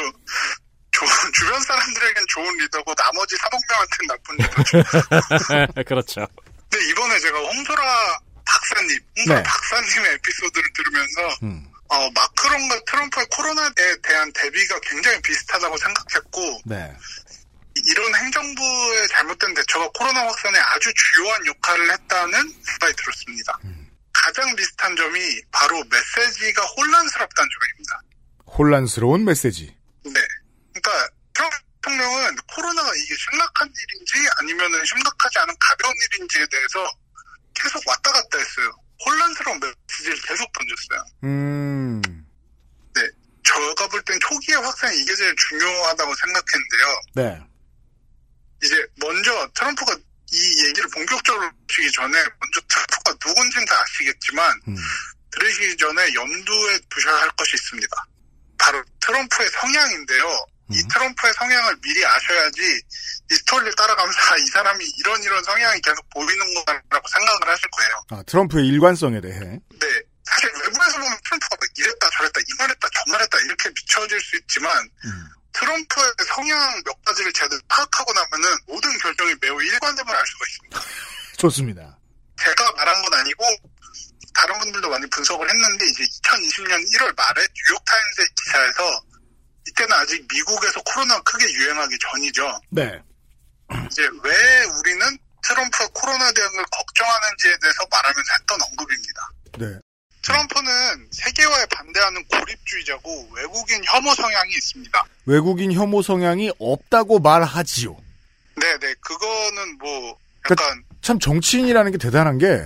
Speaker 11: 좋은, [LAUGHS] 주변 사람들에겐 좋은 리더고 나머지 3억 명한테는 나쁜
Speaker 2: [LAUGHS]
Speaker 3: [LAUGHS]
Speaker 11: 리더죠.
Speaker 3: 그렇죠.
Speaker 11: 근데 이번에 제가 홍소라 박사님, 홍소라
Speaker 2: 네.
Speaker 11: 박사님의 에피소드를 들으면서
Speaker 2: 음.
Speaker 11: 어, 마크론과 트럼프의 코로나에 대한 대비가 굉장히 비슷하다고 생각했고
Speaker 2: 네.
Speaker 11: 이런 행정부의 잘못된 대처가 코로나 확산에 아주 주요한 역할을 했다는 생각이 들었습니다.
Speaker 2: 음.
Speaker 11: 가장 비슷한 점이 바로 메시지가 혼란스럽다는 점입니다.
Speaker 2: 혼란스러운 메시지.
Speaker 11: 네. 그러니까 트럼프 대통령은 코로나가 이게 심각한 일인지 아니면은 심각하지 않은 가벼운 일인지에 대해서 계속 왔다 갔다 했어요. 혼란스러운 메시지를 계속 던졌어요. 네.
Speaker 2: 음.
Speaker 11: 제가 볼 땐 초기의 확산이 이게 제일 중요하다고 생각했는데요.
Speaker 2: 네.
Speaker 11: 이제 먼저 트럼프가 이 얘기를 본격적으로 하시기 전에 먼저 트럼프가 누군지는 다 아시겠지만 들으시기 전에 염두에 두셔야 할 것이 있습니다. 바로 트럼프의 성향인데요. 이 트럼프의 성향을 미리 아셔야지 이 스토리를 따라가면서 아, 이 사람이 이런 이런 성향이 계속 보이는구나라고 생각을 하실 거예요.
Speaker 2: 아, 트럼프의 일관성에 대해.
Speaker 11: 네. 사실 외부에서 보면 트럼프가 막 이랬다 저랬다 이 말했다 저 말했다 이렇게 비춰질 수 있지만 트럼프의 성향 몇 가지를 제대로 파악하고 나면은 모든 결정이 매우 일관됨을 알 수가 있습니다.
Speaker 2: 좋습니다.
Speaker 11: 제가 말한 건 아니고 다른 분들도 많이 분석을 했는데 이제 2020년 1월 말에 뉴욕타임스의 기사에서 이때는 아직 미국에서 코로나 크게 유행하기 전이죠.
Speaker 2: 네.
Speaker 11: 이제 왜 우리는 트럼프의 코로나 대응을 걱정하는지에 대해서 말하면서 했던 언급입니다.
Speaker 2: 네.
Speaker 11: 트럼프는 세계화에 반대하는 고립주의자고 외국인 혐오 성향이 있습니다.
Speaker 2: 외국인 혐오 성향이 없다고 말하지요.
Speaker 11: 네네, 그거는 뭐,
Speaker 2: 그러니까
Speaker 11: 약간,
Speaker 2: 참 정치인이라는 게 대단한 게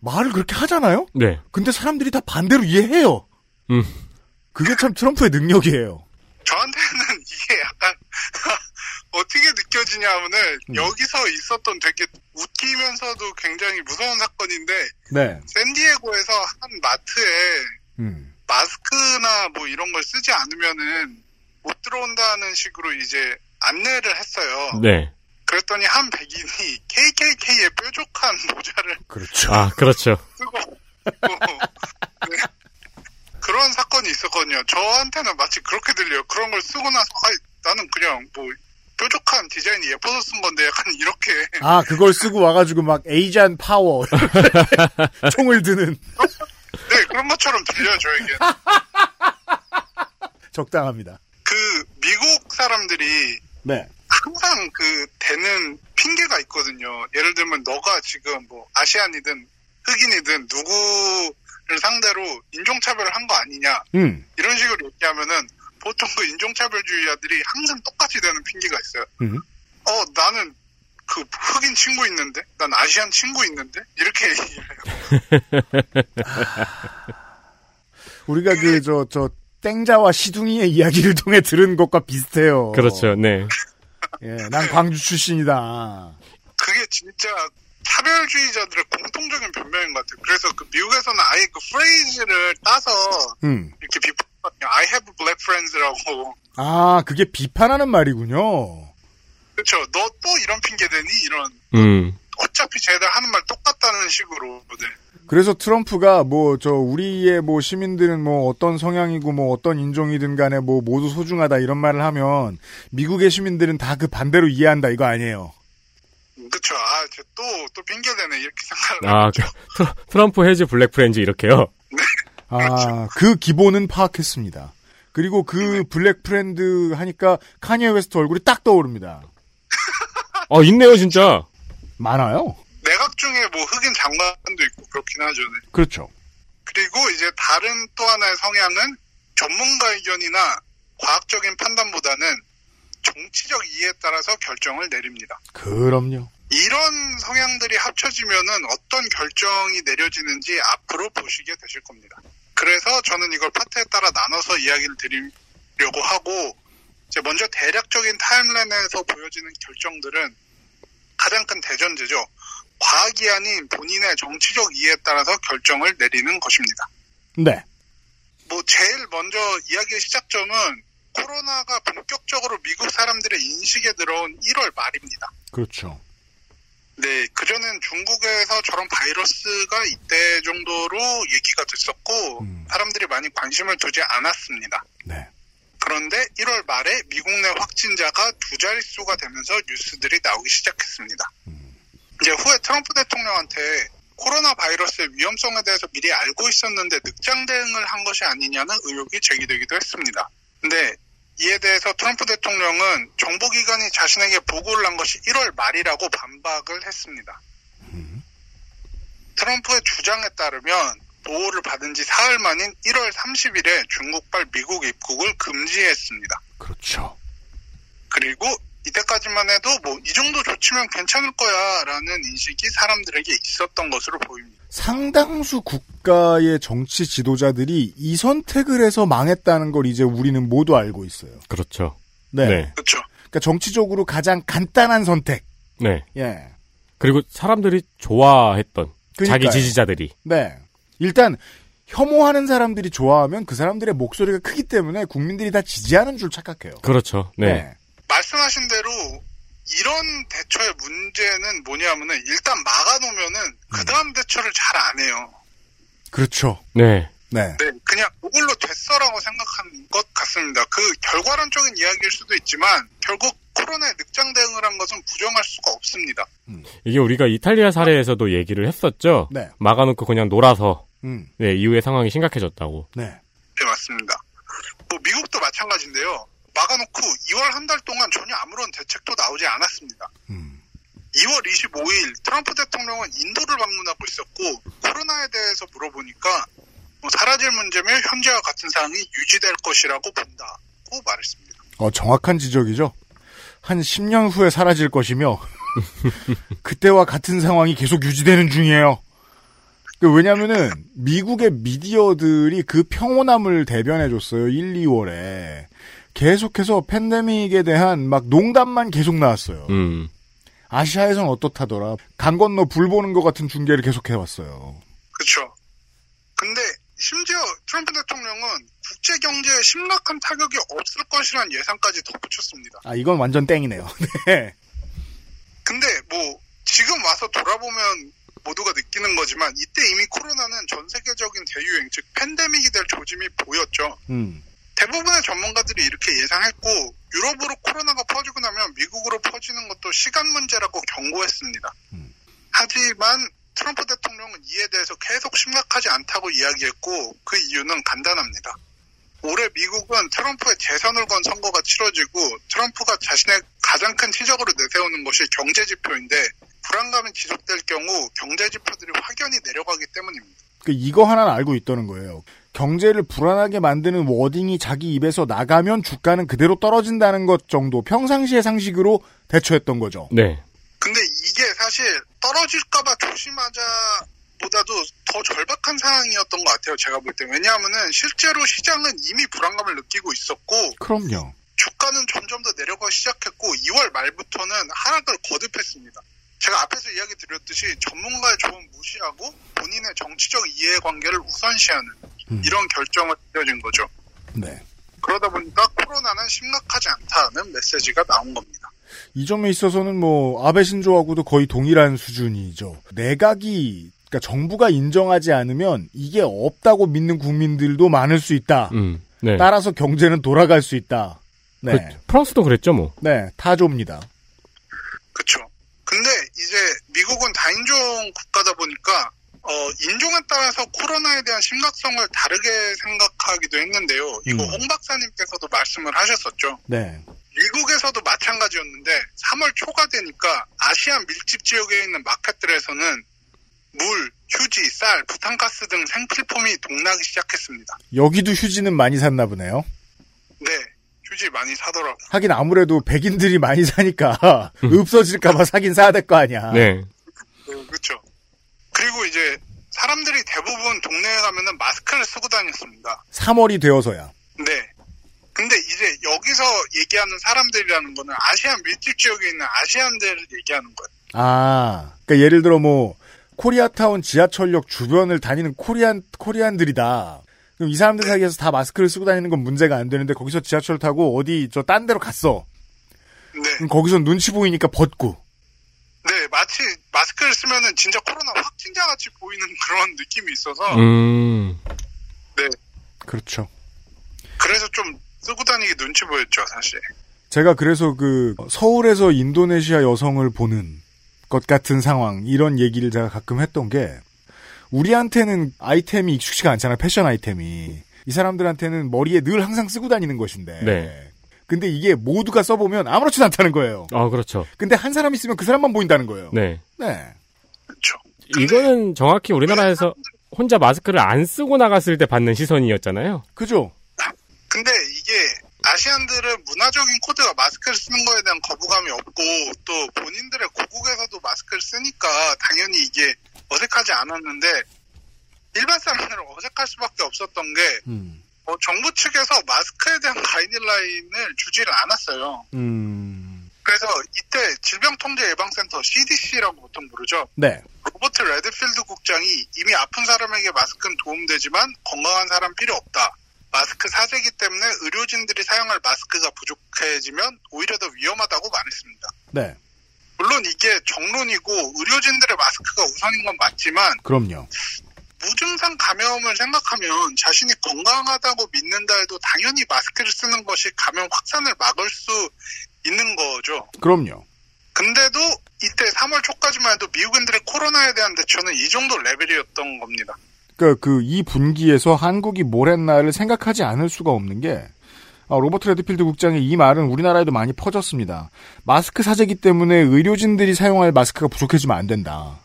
Speaker 2: 말을 그렇게 하잖아요.
Speaker 3: 네.
Speaker 2: 근데 사람들이 다 반대로 이해해요.
Speaker 3: 음.
Speaker 2: 그게 참 트럼프의 능력이에요.
Speaker 11: 저한테는 [LAUGHS] 이게 약간, 어떻게 느껴지냐 하면은, 여기서 있었던 되게 웃기면서도 굉장히 무서운 사건인데,
Speaker 2: 네.
Speaker 11: 샌디에고에서 한 마트에
Speaker 2: 음.
Speaker 11: 마스크나 뭐 이런 걸 쓰지 않으면은 못 들어온다는 식으로 이제 안내를 했어요.
Speaker 3: 네.
Speaker 11: 그랬더니 한 백인이 KKK의 뾰족한 모자를
Speaker 2: 그렇죠.
Speaker 3: 아, 그렇죠.
Speaker 11: 쓰고 네. 그런 사건이 있었거든요. 저한테는 마치 그렇게 들려요. 그런 걸 쓰고 나서 아이, 나는 그냥 뭐 뾰족한 디자인이 예뻐서 쓴 건데 약간 이렇게
Speaker 2: 아, 그걸 쓰고 와가지고 막 에이지안 파워. [LAUGHS] 총을 드는.
Speaker 11: 네 그런 것처럼 들려요 저에게.
Speaker 2: 적당합니다.
Speaker 11: 그 미국 사람들이
Speaker 2: 네.
Speaker 11: 항상 그 대는 핑계가 있거든요. 예를 들면 너가 지금 뭐 아시안이든 흑인이든 누구를 상대로 인종차별을 한 거 아니냐
Speaker 2: 음.
Speaker 11: 이런 식으로 얘기하면은 보통 그 인종차별주의자들이 항상 똑같이 되는 핑계가 있어요.
Speaker 2: 음.
Speaker 11: 어 나는 그 흑인 친구 있는데 난 아시안 친구 있는데 이렇게 얘기해요.
Speaker 2: 우리가 그, 저, 저, 땡자와 시둥이의 이야기를 통해 들은 것과 비슷해요.
Speaker 3: 그렇죠. 네.
Speaker 2: 예, 난 광주 출신이다.
Speaker 11: 그게 진짜 차별주의자들의 공통적인 변명인 것 같아요. 그래서 그 미국에서는 아예 그 프레이즈를 따서
Speaker 2: 음.
Speaker 11: 이렇게 비판하거든요. I have black friends라고.
Speaker 2: 아, 그게 비판하는 말이군요.
Speaker 11: 그렇죠. 너 또 이런 핑계 대니 이런.
Speaker 3: 음.
Speaker 11: 어차피 쟤들 하는 말 똑같다는 식으로. 네.
Speaker 2: 그래서 트럼프가 뭐 저 우리의 뭐 시민들은 뭐 어떤 성향이고 뭐 어떤 인종이든 간에 뭐 모두 소중하다 이런 말을 하면 미국의 시민들은 다 그 반대로 이해한다 이거 아니에요.
Speaker 11: 그렇죠. 아, 쟤또또 핑계 대네 이렇게 생각을.
Speaker 3: 아, 그, 트럼- 트럼프 해즈 블랙 프렌즈 이렇게요.
Speaker 2: 아, 그 기본은 파악했습니다. 그리고 그 블랙 프렌드 하니까 카니에 웨스트 얼굴이 딱 떠오릅니다.
Speaker 3: 어, 있네요, 진짜.
Speaker 2: 많아요.
Speaker 11: 내각 중에 뭐 흑인 장관도 있고 그렇긴 하죠. 네.
Speaker 2: 그렇죠.
Speaker 11: 그리고 이제 다른 또 하나의 성향은 전문가 의견이나 과학적인 판단보다는 정치적 이해에 따라서 결정을 내립니다.
Speaker 2: 그럼요.
Speaker 11: 이런 성향들이 합쳐지면은 어떤 결정이 내려지는지 앞으로 보시게 되실 겁니다. 그래서 저는 이걸 파트에 따라 나눠서 이야기를 드리려고 하고 이제 먼저 대략적인 타임라인에서 보여지는 결정들은 가장 큰 대전제죠. 과학이 아닌 본인의 정치적 이해에 따라서 결정을 내리는 것입니다.
Speaker 2: 네.
Speaker 11: 뭐 제일 먼저 이야기의 시작점은 코로나가 본격적으로 미국 사람들의 인식에 들어온 1월 말입니다.
Speaker 2: 그렇죠.
Speaker 11: 네, 그전엔 중국에서 저런 바이러스가 이때 정도로 얘기가 됐었고, 음. 사람들이 많이 관심을 두지 않았습니다.
Speaker 2: 네.
Speaker 11: 그런데 1월 말에 미국 내 확진자가 두 자릿수가 되면서 뉴스들이 나오기 시작했습니다. 음. 이제 후에 트럼프 대통령한테 코로나 바이러스의 위험성에 대해서 미리 알고 있었는데 늑장 대응을 한 것이 아니냐는 의혹이 제기되기도 했습니다. 근데 이에 대해서 트럼프 대통령은 정보기관이 자신에게 보고를 한 것이 1월 말이라고 반박을 했습니다. 음. 트럼프의 주장에 따르면 보호를 받은 지 사흘 만인 1월 30일에 중국발 미국 입국을 금지했습니다.
Speaker 2: 그렇죠.
Speaker 11: 그리고 이때까지만 해도 뭐 이 정도 조치면 괜찮을 거야라는 인식이 사람들에게 있었던 것으로 보입니다.
Speaker 2: 상당수 국가의 정치 지도자들이 이 선택을 해서 망했다는 걸 이제 우리는 모두 알고 있어요.
Speaker 3: 그렇죠.
Speaker 2: 네.
Speaker 3: 네.
Speaker 11: 그렇죠.
Speaker 2: 그러니까 정치적으로 가장 간단한 선택.
Speaker 3: 네.
Speaker 2: 예.
Speaker 3: 그리고 사람들이 좋아했던
Speaker 2: 그러니까요.
Speaker 3: 자기 지지자들이
Speaker 2: 네. 일단 혐오하는 사람들이 좋아하면 그 사람들의 목소리가 크기 때문에 국민들이 다 지지하는 줄 착각해요.
Speaker 3: 그렇죠. 네.
Speaker 2: 네.
Speaker 11: 말씀하신 대로 이런 대처의 문제는 뭐냐면은 일단 막아놓으면은 그 다음 대처를 잘 안 해요.
Speaker 2: 그렇죠.
Speaker 3: 네.
Speaker 2: 네.
Speaker 11: 네, 그냥 그걸로 됐어라고 생각한 것 같습니다. 그 결과론적인 이야기일 수도 있지만 결국 코로나에 늑장 대응을 한 것은 부정할 수가 없습니다.
Speaker 2: 음.
Speaker 3: 이게 우리가 이탈리아 사례에서도 얘기를 했었죠.
Speaker 2: 네.
Speaker 3: 막아놓고 그냥 놀아서
Speaker 2: 음.
Speaker 3: 네, 이후에 상황이 심각해졌다고.
Speaker 2: 네.
Speaker 11: 네, 맞습니다. 뭐 미국도 마찬가지인데요. 막아놓고 2월 한 달 동안 전혀 아무런 대책도 나오지 않았습니다.
Speaker 2: 음.
Speaker 11: 2월 25일 트럼프 대통령은 인도를 방문하고 있었고 코로나에 대해서 물어보니까 뭐 사라질 문제며 현재와 같은 상황이 유지될 것이라고 본다고 말했습니다.
Speaker 2: 어, 정확한 지적이죠. 한 10년 후에 사라질 것이며 [LAUGHS] 그때와 같은 상황이 계속 유지되는 중이에요. 그 왜냐면은 미국의 미디어들이 그 평온함을 대변해 줬어요. 1, 2월에. 계속해서 팬데믹에 대한 막 농담만 계속 나왔어요.
Speaker 3: 음.
Speaker 2: 아시아에선 어떻다더라. 강 건너 불 보는 것 같은 중계를 계속해 왔어요.
Speaker 11: 그렇죠. 근데 심지어 트럼프 대통령은 국제 경제에 심각한 타격이 없을 것이라는 예상까지 덧붙였습니다.
Speaker 2: 아 이건 완전 땡이네요. [LAUGHS] 네.
Speaker 11: 근데 뭐 지금 와서 돌아보면 모두가 느끼는 거지만 이때 이미 코로나는 전 세계적인 대유행 즉 팬데믹이 될 조짐이 보였죠.
Speaker 2: 음.
Speaker 11: 대부분의 전문가들이 이렇게 예상했고 유럽으로 코로나가 퍼지고 나면 미국으로 퍼지는 것도 시간 문제라고 경고했습니다.
Speaker 2: 음.
Speaker 11: 하지만 트럼프 대통령은 이에 대해서 계속 심각하지 않다고 이야기했고 그 이유는 간단합니다. 올해 미국은 트럼프의 재선을 건 선거가 치러지고 트럼프가 자신의 가장 큰 치적으로 내세우는 것이 경제 지표인데 불안감이 지속될 경우 경제 지표들이 확연히 내려가기 때문입니다.
Speaker 2: 그 이거 하나는 알고 있다는 거예요. 경제를 불안하게 만드는 워딩이 자기 입에서 나가면 주가는 그대로 떨어진다는 것 정도 평상시의 상식으로 대처했던 거죠.
Speaker 3: 네.
Speaker 11: 근데 이게 사실 떨어질까봐 조심하자 보다도 더 절박한 상황이었던 것 같아요. 제가 볼 때. 왜냐하면은 실제로 시장은 이미 불안감을 느끼고 있었고
Speaker 2: 그럼요.
Speaker 11: 주가는 점점 더 내려가기 시작했고 2월 말부터는 하락을 거듭했습니다. 제가 앞에서 이야기 드렸듯이 전문가의 조언 무시하고 본인의 정치적 이해관계를 우선시하는
Speaker 2: 음.
Speaker 11: 이런 결정을 내려진 거죠.
Speaker 2: 네.
Speaker 11: 그러다 보니까 코로나는 심각하지 않다는 메시지가 나온 겁니다.
Speaker 2: 이 점에 있어서는 뭐 아베 신조하고도 거의 동일한 수준이죠. 내각이 그러니까 정부가 인정하지 않으면 이게 없다고 믿는 국민들도 많을 수 있다.
Speaker 3: 음. 네.
Speaker 2: 따라서 경제는 돌아갈 수 있다. 네.
Speaker 3: 그 프랑스도 그랬죠, 뭐.
Speaker 2: 네, 타조입니다.
Speaker 11: 그렇죠. 근데 이제 미국은 다인종 국가다 보니까 어, 인종에 따라서 코로나에 대한 심각성을 다르게 생각하기도 했는데요. 이거
Speaker 2: 음.
Speaker 11: 홍 박사님께서도 말씀을 하셨었죠.
Speaker 2: 네.
Speaker 11: 미국에서도 마찬가지였는데 3월 초가 되니까 아시안 밀집 지역에 있는 마켓들에서는 물, 휴지, 쌀, 부탄가스 등 생필품이 동나기 시작했습니다.
Speaker 2: 여기도 휴지는 많이 샀나 보네요.
Speaker 11: 네. 휴 휴지 많이 사더라고.
Speaker 2: 하긴 아무래도 백인들이 많이 [LAUGHS] 사니까 없어질까봐 사긴 사야 될 거 아니야.
Speaker 3: 네.
Speaker 11: 네, 그렇죠. 그리고 이제 사람들이 대부분 동네에 가면은 마스크를 쓰고 다녔습니다.
Speaker 2: 3월이 되어서야.
Speaker 11: 네. 근데 이제 여기서 얘기하는 사람들이라는 거는 아시안 밀집 지역에 있는 아시안들을 얘기하는 거예요.
Speaker 2: 아, 그러니까 예를 들어 뭐 코리아타운 지하철역 주변을 다니는 코리안 코리안들이다. 그럼 이 사람들 사이에서 다 마스크를 쓰고 다니는 건 문제가 안 되는데 거기서 지하철 타고 어디 저 딴 데로 갔어. 그럼 거기서 눈치 보이니까 벗고.
Speaker 11: 네, 마치 마스크를 쓰면은 진짜 코로나 확진자 같이 보이는 그런 느낌이 있어서
Speaker 3: 음.
Speaker 11: 네.
Speaker 2: 그렇죠.
Speaker 11: 그래서 좀 쓰고 다니기 눈치 보였죠, 사실.
Speaker 2: 제가 그래서 그 서울에서 인도네시아 여성을 보는 것 같은 상황 이런 얘기를 제가 가끔 했던 게 우리한테는 아이템이 익숙치가 않잖아 패션 아이템이 이 사람들한테는 머리에 늘 항상 쓰고 다니는 것인데
Speaker 3: 네.
Speaker 2: 근데 이게 모두가 써보면 아무렇지도 않다는 거예요
Speaker 3: 아, 그렇죠.
Speaker 2: 근데 한 사람이 쓰면 그 사람만 보인다는 거예요
Speaker 3: 네.
Speaker 2: 네
Speaker 3: 이거는 정확히 우리나라에서 혼자 마스크를 안 쓰고 나갔을 때 받는 시선이었잖아요.
Speaker 2: 그죠?
Speaker 11: 근데 이게 아시안들은 문화적인 코드가 마스크를 쓰는 거에 대한 거부감이 없고 또 본인들의 고국에서도 마스크를 쓰니까 당연히 이게 어색하지 않았는데 일반 사람들은 어색할 수밖에 없었던 게
Speaker 2: 음.
Speaker 11: 어, 정부 측에서 마스크에 대한 가이드라인을 주지를 않았어요.
Speaker 2: 음.
Speaker 11: 그래서 이때 질병통제예방센터 CDC라고 보통 부르죠.
Speaker 2: 네.
Speaker 11: 로버트 레드필드 국장이 이미 아픈 사람에게 마스크는 도움되지만 건강한 사람 필요 없다. 마스크 사재기 때문에 의료진들이 사용할 마스크가 부족해지면 오히려 더 위험하다고 말했습니다.
Speaker 2: 네.
Speaker 11: 물론 이게 정론이고 의료진들의 마스크가 우선인 건 맞지만
Speaker 2: 그럼요
Speaker 11: 무증상 감염을 생각하면 자신이 건강하다고 믿는다 해도 당연히 마스크를 쓰는 것이 감염 확산을 막을 수 있는 거죠.
Speaker 2: 그럼요
Speaker 11: 근데도 이때 3월 초까지만 해도 미국인들의 코로나에 대한 대처는 이 정도 레벨이었던 겁니다.
Speaker 2: 그러니까 그 이 분기에서 한국이 뭘 했나를 생각하지 않을 수가 없는 게 아, 로버트 레드필드 국장의 이 말은 우리나라에도 많이 퍼졌습니다. 마스크 사재기 때문에 의료진들이 사용할 마스크가 부족해지면 안 된다.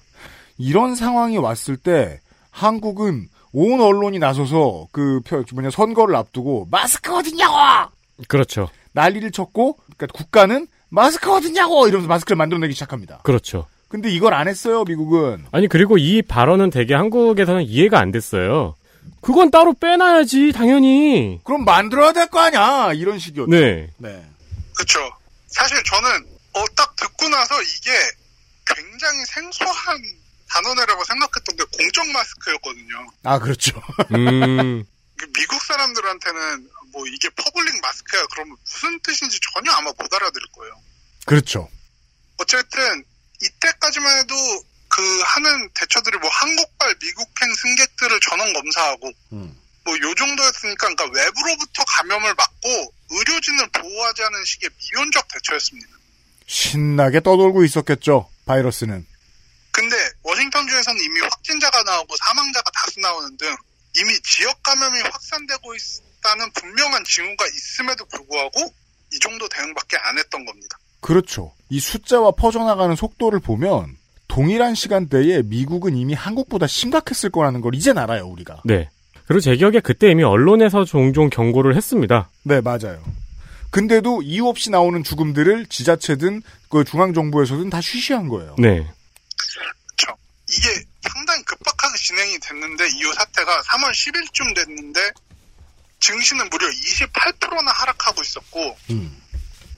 Speaker 2: 이런 상황이 왔을 때 한국은 온 언론이 나서서 그 표- 뭐냐 선거를 앞두고 마스크 어딨냐고
Speaker 3: 그렇죠.
Speaker 2: 난리를 쳤고 그러니까 국가는 마스크 어딨냐고 이러면서 마스크를 만들어내기 시작합니다.
Speaker 3: 그렇죠.
Speaker 2: 근데 이걸 안 했어요 미국은.
Speaker 3: 아니 그리고 이 발언은 되게 한국에서는 이해가 안 됐어요. 그건 따로 빼놔야지 당연히.
Speaker 2: 그럼 만들어야 될 거 아니야 이런 식이었죠.
Speaker 3: 네.
Speaker 2: 네.
Speaker 11: 그렇죠. 사실 저는 어, 딱 듣고 나서 이게 굉장히 생소한 단어네라고 생각했던 게 공적 마스크였거든요. 그
Speaker 2: 아 그렇죠.
Speaker 3: 음.
Speaker 11: 미국 사람들한테는 뭐 이게 퍼블릭 마스크야 그러면 무슨 뜻인지 전혀 아마 못 알아들을 거예요.
Speaker 2: 그렇죠.
Speaker 11: 어쨌든 이때까지만 해도 그 하는 대처들이 뭐 한국발 미국행 승객들을 전원 검사하고 뭐 요 정도였으니까 그러니까 외부로부터 감염을 막고 의료진을 보호하자는 식의 미온적 대처였습니다.
Speaker 2: 신나게 떠돌고 있었겠죠. 바이러스는.
Speaker 11: 근데 워싱턴주에서는 이미 확진자가 나오고 사망자가 다수 나오는 등 이미 지역 감염이 확산되고 있다는 분명한 징후가 있음에도 불구하고 이 정도 대응밖에 안 했던 겁니다.
Speaker 2: 그렇죠. 이 숫자와 퍼져나가는 속도를 보면 동일한 시간대에 미국은 이미 한국보다 심각했을 거라는 걸 이제 알아요, 우리가.
Speaker 3: 네. 그리고 제 기억에 그때 이미 언론에서 종종 경고를 했습니다.
Speaker 2: 네, 맞아요. 근데도 이유 없이 나오는 죽음들을 지자체든 그 중앙정부에서든 다 쉬쉬한 거예요.
Speaker 3: 네.
Speaker 11: 이게 상당히 급박하게 진행이 됐는데 이후 사태가 3월 10일쯤 됐는데 증시는 무려 28%나 하락하고 있었고
Speaker 2: 음.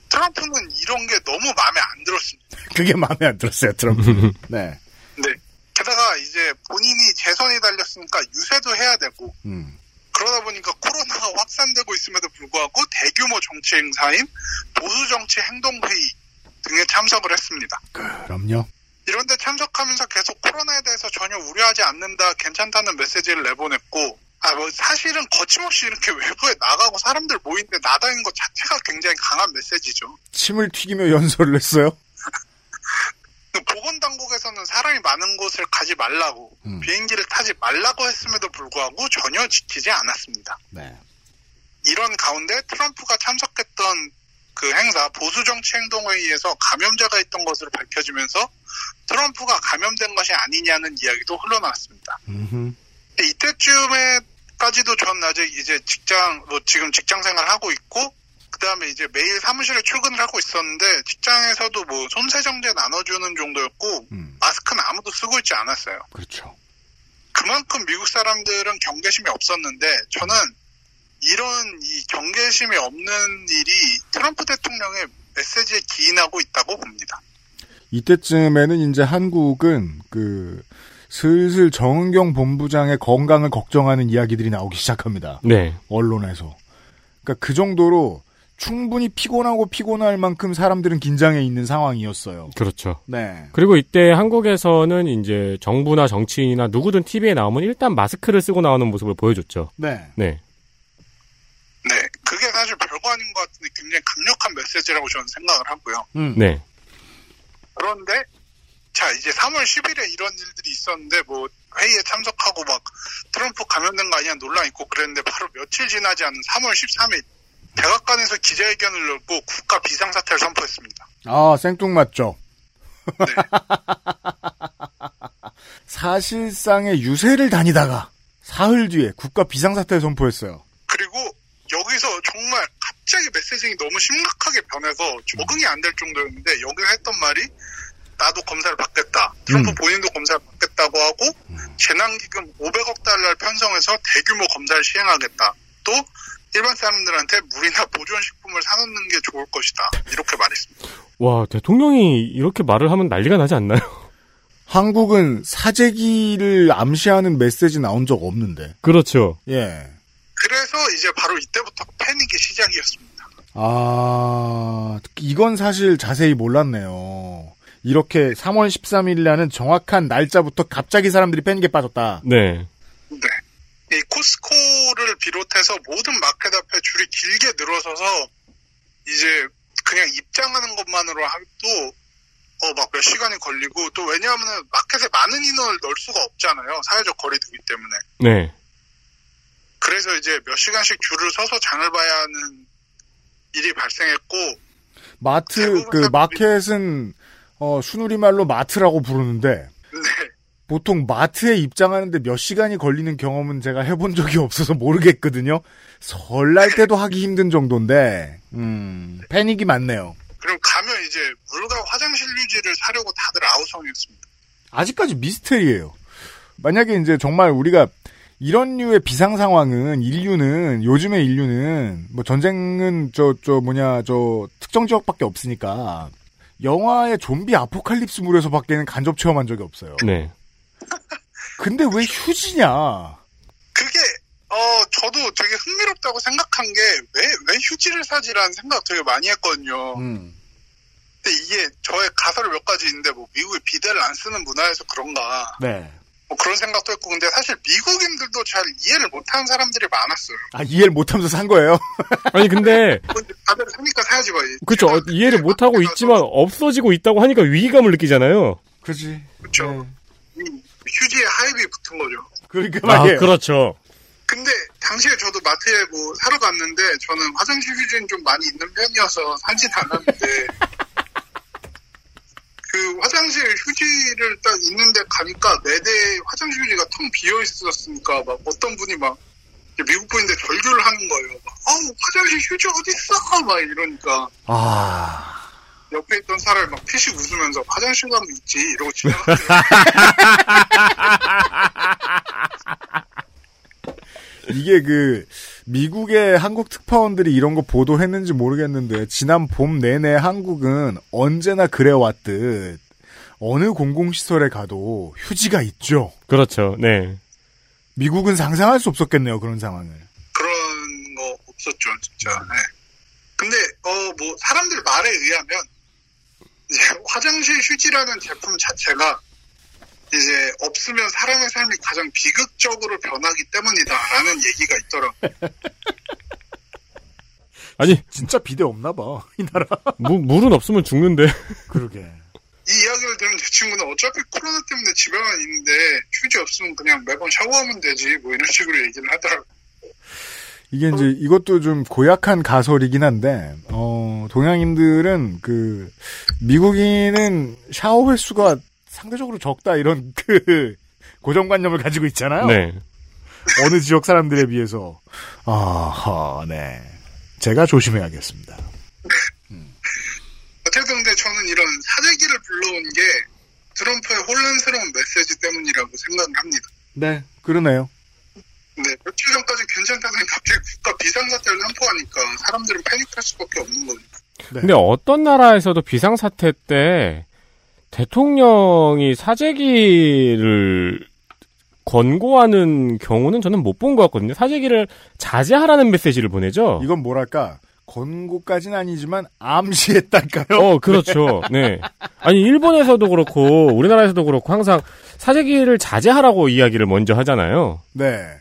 Speaker 11: 트럼프는 이런 게 너무 마음에 안 들었습니다.
Speaker 2: 그게 마음에 안 들었어요, 트럼프. 네.
Speaker 11: 네. 게다가 이제 본인이 재선이 달렸으니까 유세도 해야 되고
Speaker 2: 음.
Speaker 11: 그러다 보니까 코로나가 확산되고 있음에도 불구하고 대규모 정치 행사인 보수 정치 행동 회의 등에 참석을 했습니다.
Speaker 2: 그럼요.
Speaker 11: 이런데 참석하면서 계속 코로나에 대해서 전혀 우려하지 않는다, 괜찮다는 메시지를 내보냈고, 아, 뭐, 사실은 거침없이 이렇게 외부에 나가고 사람들 모이는데 나다닌 것 자체가 굉장히 강한 메시지죠.
Speaker 2: 침을 튀기며 연설을 했어요.
Speaker 11: 그 보건당국에서는 사람이 많은 곳을 가지 말라고,
Speaker 2: 음.
Speaker 11: 비행기를 타지 말라고 했음에도 불구하고 전혀 지키지 않았습니다.
Speaker 2: 네.
Speaker 11: 이런 가운데 트럼프가 참석했던 그 행사 보수정치행동회의에서 감염자가 있던 것으로 밝혀지면서 트럼프가 감염된 것이 아니냐는 이야기도 흘러나왔습니다.
Speaker 2: 음흠.
Speaker 11: 근데 이때쯤에까지도 전 아직 이제 직장 뭐 지금 직장 생활 하고 있고 그다음에 이제 매일 사무실에 출근을 하고 있었는데 직장에서도 뭐 손세정제 나눠주는 정도였고 마스크는 아무도 쓰고 있지 않았어요.
Speaker 2: 그렇죠.
Speaker 11: 그만큼 미국 사람들은 경계심이 없었는데 저는 이런 이 경계심이 없는 일이 트럼프 대통령의 메시지에 기인하고 있다고 봅니다.
Speaker 2: 이때쯤에는 이제 한국은 그 슬슬 정은경 본부장의 건강을 걱정하는 이야기들이 나오기 시작합니다.
Speaker 3: 네.
Speaker 2: 언론에서. 그러니까 그 정도로 충분히 피곤하고 피곤할 만큼 사람들은 긴장해 있는 상황이었어요.
Speaker 3: 그렇죠.
Speaker 2: 네.
Speaker 3: 그리고 이때 한국에서는 이제 정부나 정치인이나 누구든 TV에 나오면 일단 마스크를 쓰고 나오는 모습을 보여줬죠.
Speaker 2: 네.
Speaker 3: 네.
Speaker 11: 네, 그게 사실 별거 아닌 것 같은데 굉장히 강력한 메시지라고 저는 생각을 하고요.
Speaker 3: 네.
Speaker 11: 그런데 자 이제 3월 10일에 이런 일들이 있었는데 뭐 회의에 참석하고 막 트럼프 감염된 거 아니냐 논란 있고 그랬는데 바로 며칠 지나지 않은 3월 13일 백악관에서 기자회견을 열고 국가 비상사태를 선포했습니다.
Speaker 2: 아, 생뚱맞죠? [LAUGHS] 사실상의 유세를 다니다가 사흘 뒤에 국가 비상사태 선포했어요.
Speaker 11: 그리고 여기서 정말 갑자기 메시징이 너무 심각하게 변해서 적응이 안 될 정도였는데 여기서 했던 말이 나도 검사를 받겠다. 트럼프 본인도 검사를 받겠다고 하고 재난기금 500억 달러를 편성해서 대규모 검사를 시행하겠다. 또 일반 사람들한테 물이나 보존식품을 사놓는 게 좋을 것이다. 이렇게 말했습니다.
Speaker 3: 와, 대통령이 이렇게 말을 하면 난리가 나지 않나요? [LAUGHS]
Speaker 2: 한국은 사재기를 암시하는 메시지 나온 적 없는데.
Speaker 3: 그렇죠.
Speaker 2: 예.
Speaker 11: 그래서 이제 바로 이때부터 패닉이 시작이었습니다.
Speaker 2: 아, 이건 사실 자세히 몰랐네요. 이렇게 3월 13일이라는 정확한 날짜부터 갑자기 사람들이 패닉에 빠졌다.
Speaker 3: 네.
Speaker 11: 이 코스코를 비롯해서 모든 마켓 앞에 줄이 길게 늘어서서 이제 그냥 입장하는 것만으로 하도 어 막 몇 시간이 걸리고 또 왜냐하면 마켓에 많은 인원을 넣을 수가 없잖아요 사회적 거리두기 때문에
Speaker 3: 네.
Speaker 11: 그래서 이제 몇 시간씩 줄을 서서 장을 봐야 하는 일이 발생했고
Speaker 2: 마트, 그, 마켓은, 어, 순우리말로 마트라고 부르는데,
Speaker 11: 네.
Speaker 2: 보통 마트에 입장하는데 몇 시간이 걸리는 경험은 제가 해본 적이 없어서 모르겠거든요. 설날 때도 하기 힘든 정도인데, 음, 패닉이 많네요.
Speaker 11: 그럼 가면 이제 물과 화장실 유지를 사려고 다들 아우성이었습니다
Speaker 2: 아직까지 미스테리예요. 만약에 이제 정말 우리가 이런 류의 비상 상황은 인류는 요즘의 인류는 뭐 전쟁은 저 저 뭐냐 저 특정 지역밖에 없으니까 영화의 좀비 아포칼립스물에서 밖에는 간접 체험한 적이 없어요.
Speaker 3: 네.
Speaker 2: 근데 왜 휴지냐?
Speaker 11: 그게 어 저도 되게 흥미롭다고 생각한 게 왜 왜 휴지를 사지라는 생각 되게 많이 했거든요
Speaker 3: 음.
Speaker 11: 근데 이게 저의 가설이 몇 가지 있는데 뭐 미국이 비데를 안 쓰는 문화에서 그런가
Speaker 2: 네.
Speaker 11: 뭐 그런 생각도 했고 근데 사실 미국인들도 잘 이해를 못하는 사람들이 많았어요.
Speaker 2: 아 이해를 못하면서 산 거예요. [LAUGHS]
Speaker 3: 아니 근데
Speaker 11: 다들 사니까 사야지 뭐.
Speaker 3: 그렇죠. 어, 이해를 못 하고 있지만 없어지고 있다고 하니까 위기감을 느끼잖아요.
Speaker 2: 그지. 네.
Speaker 11: 그렇죠.
Speaker 3: 네.
Speaker 11: 휴지에 하입이 붙은 거죠.
Speaker 2: 그러니까
Speaker 3: 아, 그렇죠.
Speaker 11: 근데 당시에 저도 마트에 뭐 사러 갔는데 저는 화장실 휴지는 좀 많이 있는 편이어서 사진 않았는데 그 화장실 휴지를 딱 있는데 가니까 네 대 화장실 휴지가 텅 비어 있었으니까 막 어떤 분이 막 미국 분인데 절규를 하는 거예요. 막, 어우 화장실 휴지 어디 있어? 막 이러니까
Speaker 2: 아.
Speaker 11: 옆에 있던 사람이 막 피식 웃으면서 화장실 가면 있지 이러고 지나갔어요.
Speaker 2: 이게 그 미국의 한국 특파원들이 이런 거 보도했는지 모르겠는데 지난 봄 내내 한국은 언제나 그래왔듯 어느 공공시설에 가도 휴지가 있죠.
Speaker 3: 그렇죠. 네.
Speaker 2: 미국은 상상할 수 없었겠네요 그런 상황을.
Speaker 11: 그런 거 없었죠, 진짜. 네. 근데 어 뭐 사람들 말에 의하면 이제 화장실 휴지라는 제품 자체가 이제 없으면 사람의 삶이 가장 비극적으로 변하기 때문이다라는 얘기가 있더라고. 요
Speaker 3: 아니
Speaker 2: 진짜 비대 없나 봐. [LAUGHS] 이 나라.
Speaker 3: 무, 물은 없으면 죽는데.
Speaker 2: 그러게.
Speaker 11: 이 이야기를 들은 제 친구는 어차피 코로나 때문에 집에만 있는데 휴지 없으면 그냥 매번 샤워하면 되지 뭐 이런 식으로 얘기를 하더라고. 요
Speaker 2: 이게 이제 이것도 좀 고약한 가설이긴 한데 어 동양인들은 그 미국인은 샤워 횟수가 상대적으로 적다 이런 그 고정관념을 가지고 있잖아요.
Speaker 3: 네.
Speaker 2: 어느 지역 사람들에 비해서 아하 네 제가 조심해야겠습니다.
Speaker 11: 어쨌든 근데 저는 이런 사재기를 불러온 게 트럼프의 혼란스러운 메시지 때문이라고 생각을 합니다.
Speaker 2: 네, 그러네요.
Speaker 11: 네, 며칠 전까지 괜찮다더니 갑자기 국가 비상사태를 선포하니까 사람들은 패닉할 수밖에 없는 겁니다.
Speaker 3: 근데 어떤 나라에서도 비상사태 때 대통령이 사재기를 권고하는 경우는 저는 못 본 것 같거든요. 사재기를 자제하라는 메시지를 보내죠.
Speaker 2: 이건 뭐랄까 권고까지는 아니지만 암시했달까요?
Speaker 3: [LAUGHS] 어, 그렇죠. 네. 아니 일본에서도 그렇고 우리나라에서도 그렇고 항상 사재기를 자제하라고 이야기를 먼저 하잖아요.
Speaker 2: 네.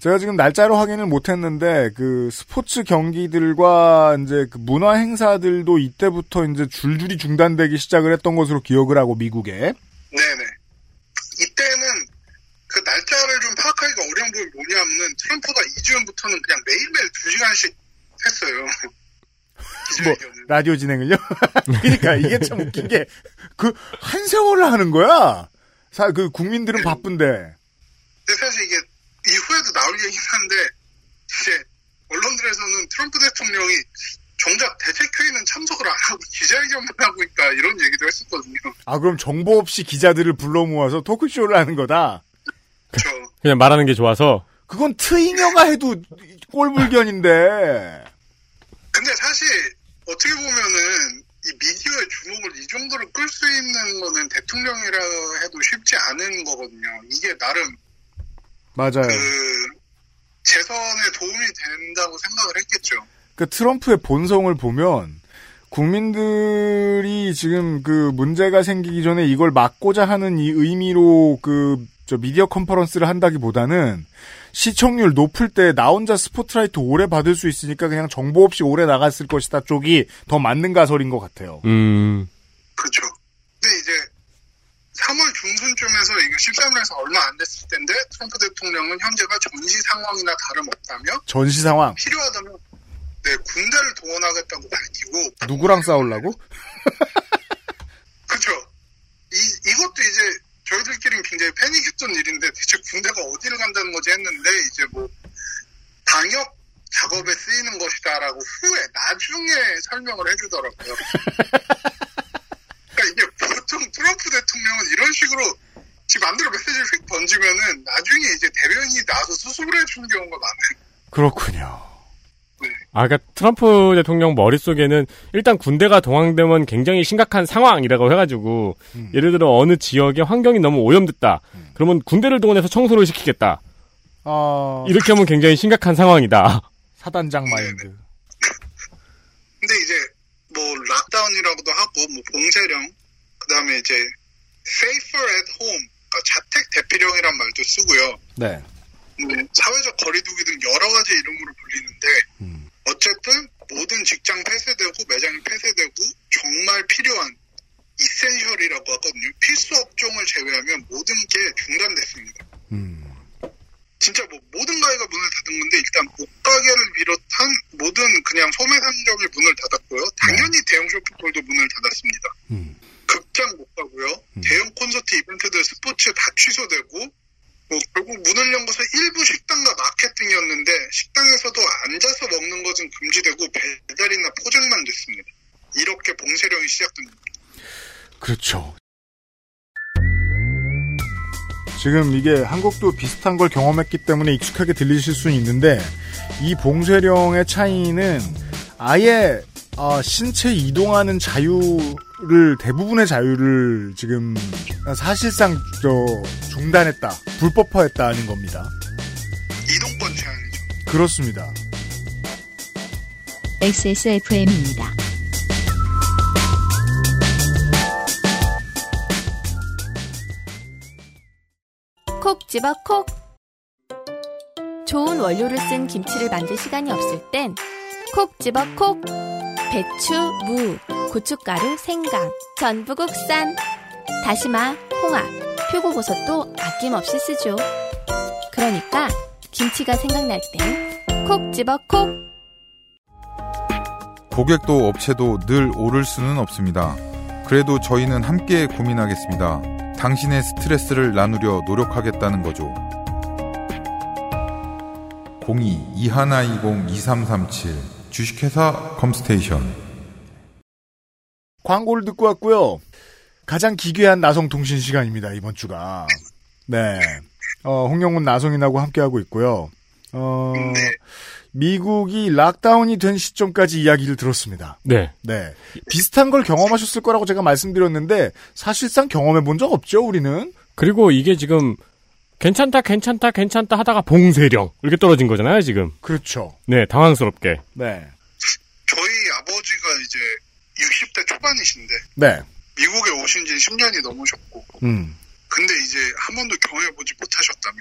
Speaker 2: 제가 지금 날짜로 확인을 못했는데 그 스포츠 경기들과 이제 그 문화 행사들도 이때부터 이제 줄줄이 중단되기 시작을 했던 것으로 기억을 하고 미국에
Speaker 11: 네네. 이때는 그 날짜를 좀 파악하기가 어려운 부분이 뭐냐면은 트럼프가 2주년부터는 그냥 매일매일 2시간씩 [LAUGHS] 했어요.
Speaker 2: 뭐 라디오 진행을요. [LAUGHS] 그러니까 이게 참 웃긴 게 그 한 세월을 하는 거야. 사, 그 국민들은 바쁜데
Speaker 11: 근데 사실 이게 이후에도 나올 얘기긴 한데 이제 언론들에서는 트럼프 대통령이 정작 대책회의는 참석을 안 하고 기자회견만 하고 있다 이런 얘기도 했었거든요.
Speaker 2: 아 그럼 정보 없이 기자들을 불러 모아서 토크쇼를 하는 거다.
Speaker 11: 그렇죠.
Speaker 3: 그냥 말하는 게 좋아서
Speaker 2: 그건 트이녀가 해도 꼴불견인데
Speaker 11: 근데 사실 어떻게 보면은 이 미디어의 주목을 이 정도로 끌 수 있는 거는 대통령이라 해도 쉽지 않은 거거든요. 이게 나름
Speaker 2: 맞아요.
Speaker 11: 그 재선에 도움이 된다고 생각을 했겠죠.
Speaker 2: 그 트럼프의 본성을 보면 국민들이 지금 그 문제가 생기기 전에 이걸 막고자 하는 이 의미로 그 저 미디어 컨퍼런스를 한다기보다는 시청률 높을 때 나 혼자 스포트라이트 오래 받을 수 있으니까 그냥 정보 없이 오래 나갔을 것이다 쪽이 더 맞는 가설인 것 같아요.
Speaker 3: 음.
Speaker 11: 그죠. 그렇죠. 근데 이제 3월 중순쯤에서 이게 13일에서 얼마 안 됐을 텐데 트럼프 대통령은 현재가 전시 상황이나 다름없다며
Speaker 2: 전시 상황
Speaker 11: 필요하다면 네, 군대를 동원하겠다고 밝히고
Speaker 2: 누구랑 싸우려고?
Speaker 11: 그쵸. 이, 이것도 이제 저희들끼리는 굉장히 패닉했던 일인데 대체 군대가 어디를 간다는 거지 했는데 이제 뭐 방역 작업에 쓰이는 것이다라고 후에 나중에 설명을 해주더라고요. 그러니까 이게 보통 트럼프 대통령은 이런 식으로 지 맘대로 메시지를 휙 던지면은 나중에 이제 대변인이 나와서 수습을 해주는 경우가 많아요.
Speaker 2: 그렇군요.
Speaker 3: 아, 그니까 트럼프 대통령 머릿속에는 일단 군대가 동원되면 굉장히 심각한 상황이라고 해가지고, 예를 들어 어느 지역의 환경이 너무 오염됐다. 그러면 군대를 동원해서 청소를 시키겠다.
Speaker 2: 어,
Speaker 3: 이렇게 하면 굉장히 심각한 상황이다.
Speaker 2: 사단장 마인드.
Speaker 11: 근데 이제 뭐 락다운이라고도 하고 뭐 봉쇄령 그다음에 이제 safer at home 그러니까 자택 대피령이란 말도 쓰고요.
Speaker 2: 네.
Speaker 11: 뭐 사회적 거리두기 등 여러 가지 이름으로 불리는데 어쨌든 모든 직장 폐쇄되고 매장이 폐쇄되고 정말 필요한 이센셜이라고 하거든요. 필수 업종을 제외하면 모든 게 중단됐습니다. 진짜 뭐 모든 가게가 문을 닫은 건데 일단 옷가게를 비롯한 모든 그냥 소매 상점이 문을 닫았고요. 당연히 대형 쇼핑몰도 문을 닫았습니다. 극장 못 가고요. 대형 콘서트 이벤트들 스포츠 다 취소되고 뭐 결국 문을 연 곳은 일부 식당과 마켓 등이었는데 식당에서도 앉아서 먹는 것은 금지되고 배달이나 포장만 됐습니다. 이렇게 봉쇄령이 시작됩니다.
Speaker 2: 그렇죠. 지금 이게 한국도 비슷한 걸 경험했기 때문에 익숙하게 들리실 수는 있는데 이 봉쇄령의 차이는 아예 어, 신체 이동하는 자유를 대부분의 자유를 지금 사실상 저 중단했다 불법화했다는 겁니다.
Speaker 11: 이동권 제한이죠.
Speaker 2: 그렇습니다.
Speaker 1: XSFM입니다.
Speaker 5: 콕 집어 콕. 좋은 원료를 쓴 김치를 만들 시간이 없을 땐 콕 집어 콕. 배추, 무, 고춧가루, 생강, 전부 국산. 다시마, 홍합, 표고버섯도 아낌없이 쓰죠. 그러니까 김치가 생각날 땐 콕 집어 콕.
Speaker 4: 고객도 업체도 늘 오를 수는 없습니다. 그래도 저희는 함께 고민하겠습니다. 당신의 스트레스를 나누려 노력하겠다는 거죠. 02-2120-2337 주식회사 컴스테이션.
Speaker 2: 광고를 듣고 왔고요. 가장 기괴한 나성 통신 시간입니다. 이번 주가. 네. 어, 홍영훈 나성인하고 함께하고 있고요. 어, 미국이 락다운이 된 시점까지 이야기를 들었습니다.
Speaker 3: [LAUGHS] 네.
Speaker 2: 네. 비슷한 걸 경험하셨을 거라고 제가 말씀드렸는데 사실상 경험해 본 적 없죠, 우리는.
Speaker 3: 그리고 이게 지금 괜찮다, 괜찮다, 괜찮다 하다가 봉쇄령 이렇게 떨어진 거잖아요, 지금.
Speaker 2: 그렇죠.
Speaker 3: 네, 당황스럽게.
Speaker 2: 네.
Speaker 11: 저희 아버지가 이제 60대 초반이신데
Speaker 2: 네.
Speaker 11: 미국에 오신 지 10년이 넘으셨고
Speaker 2: 음.
Speaker 11: 근데 이제 한 번도 경험해보지 못하셨다며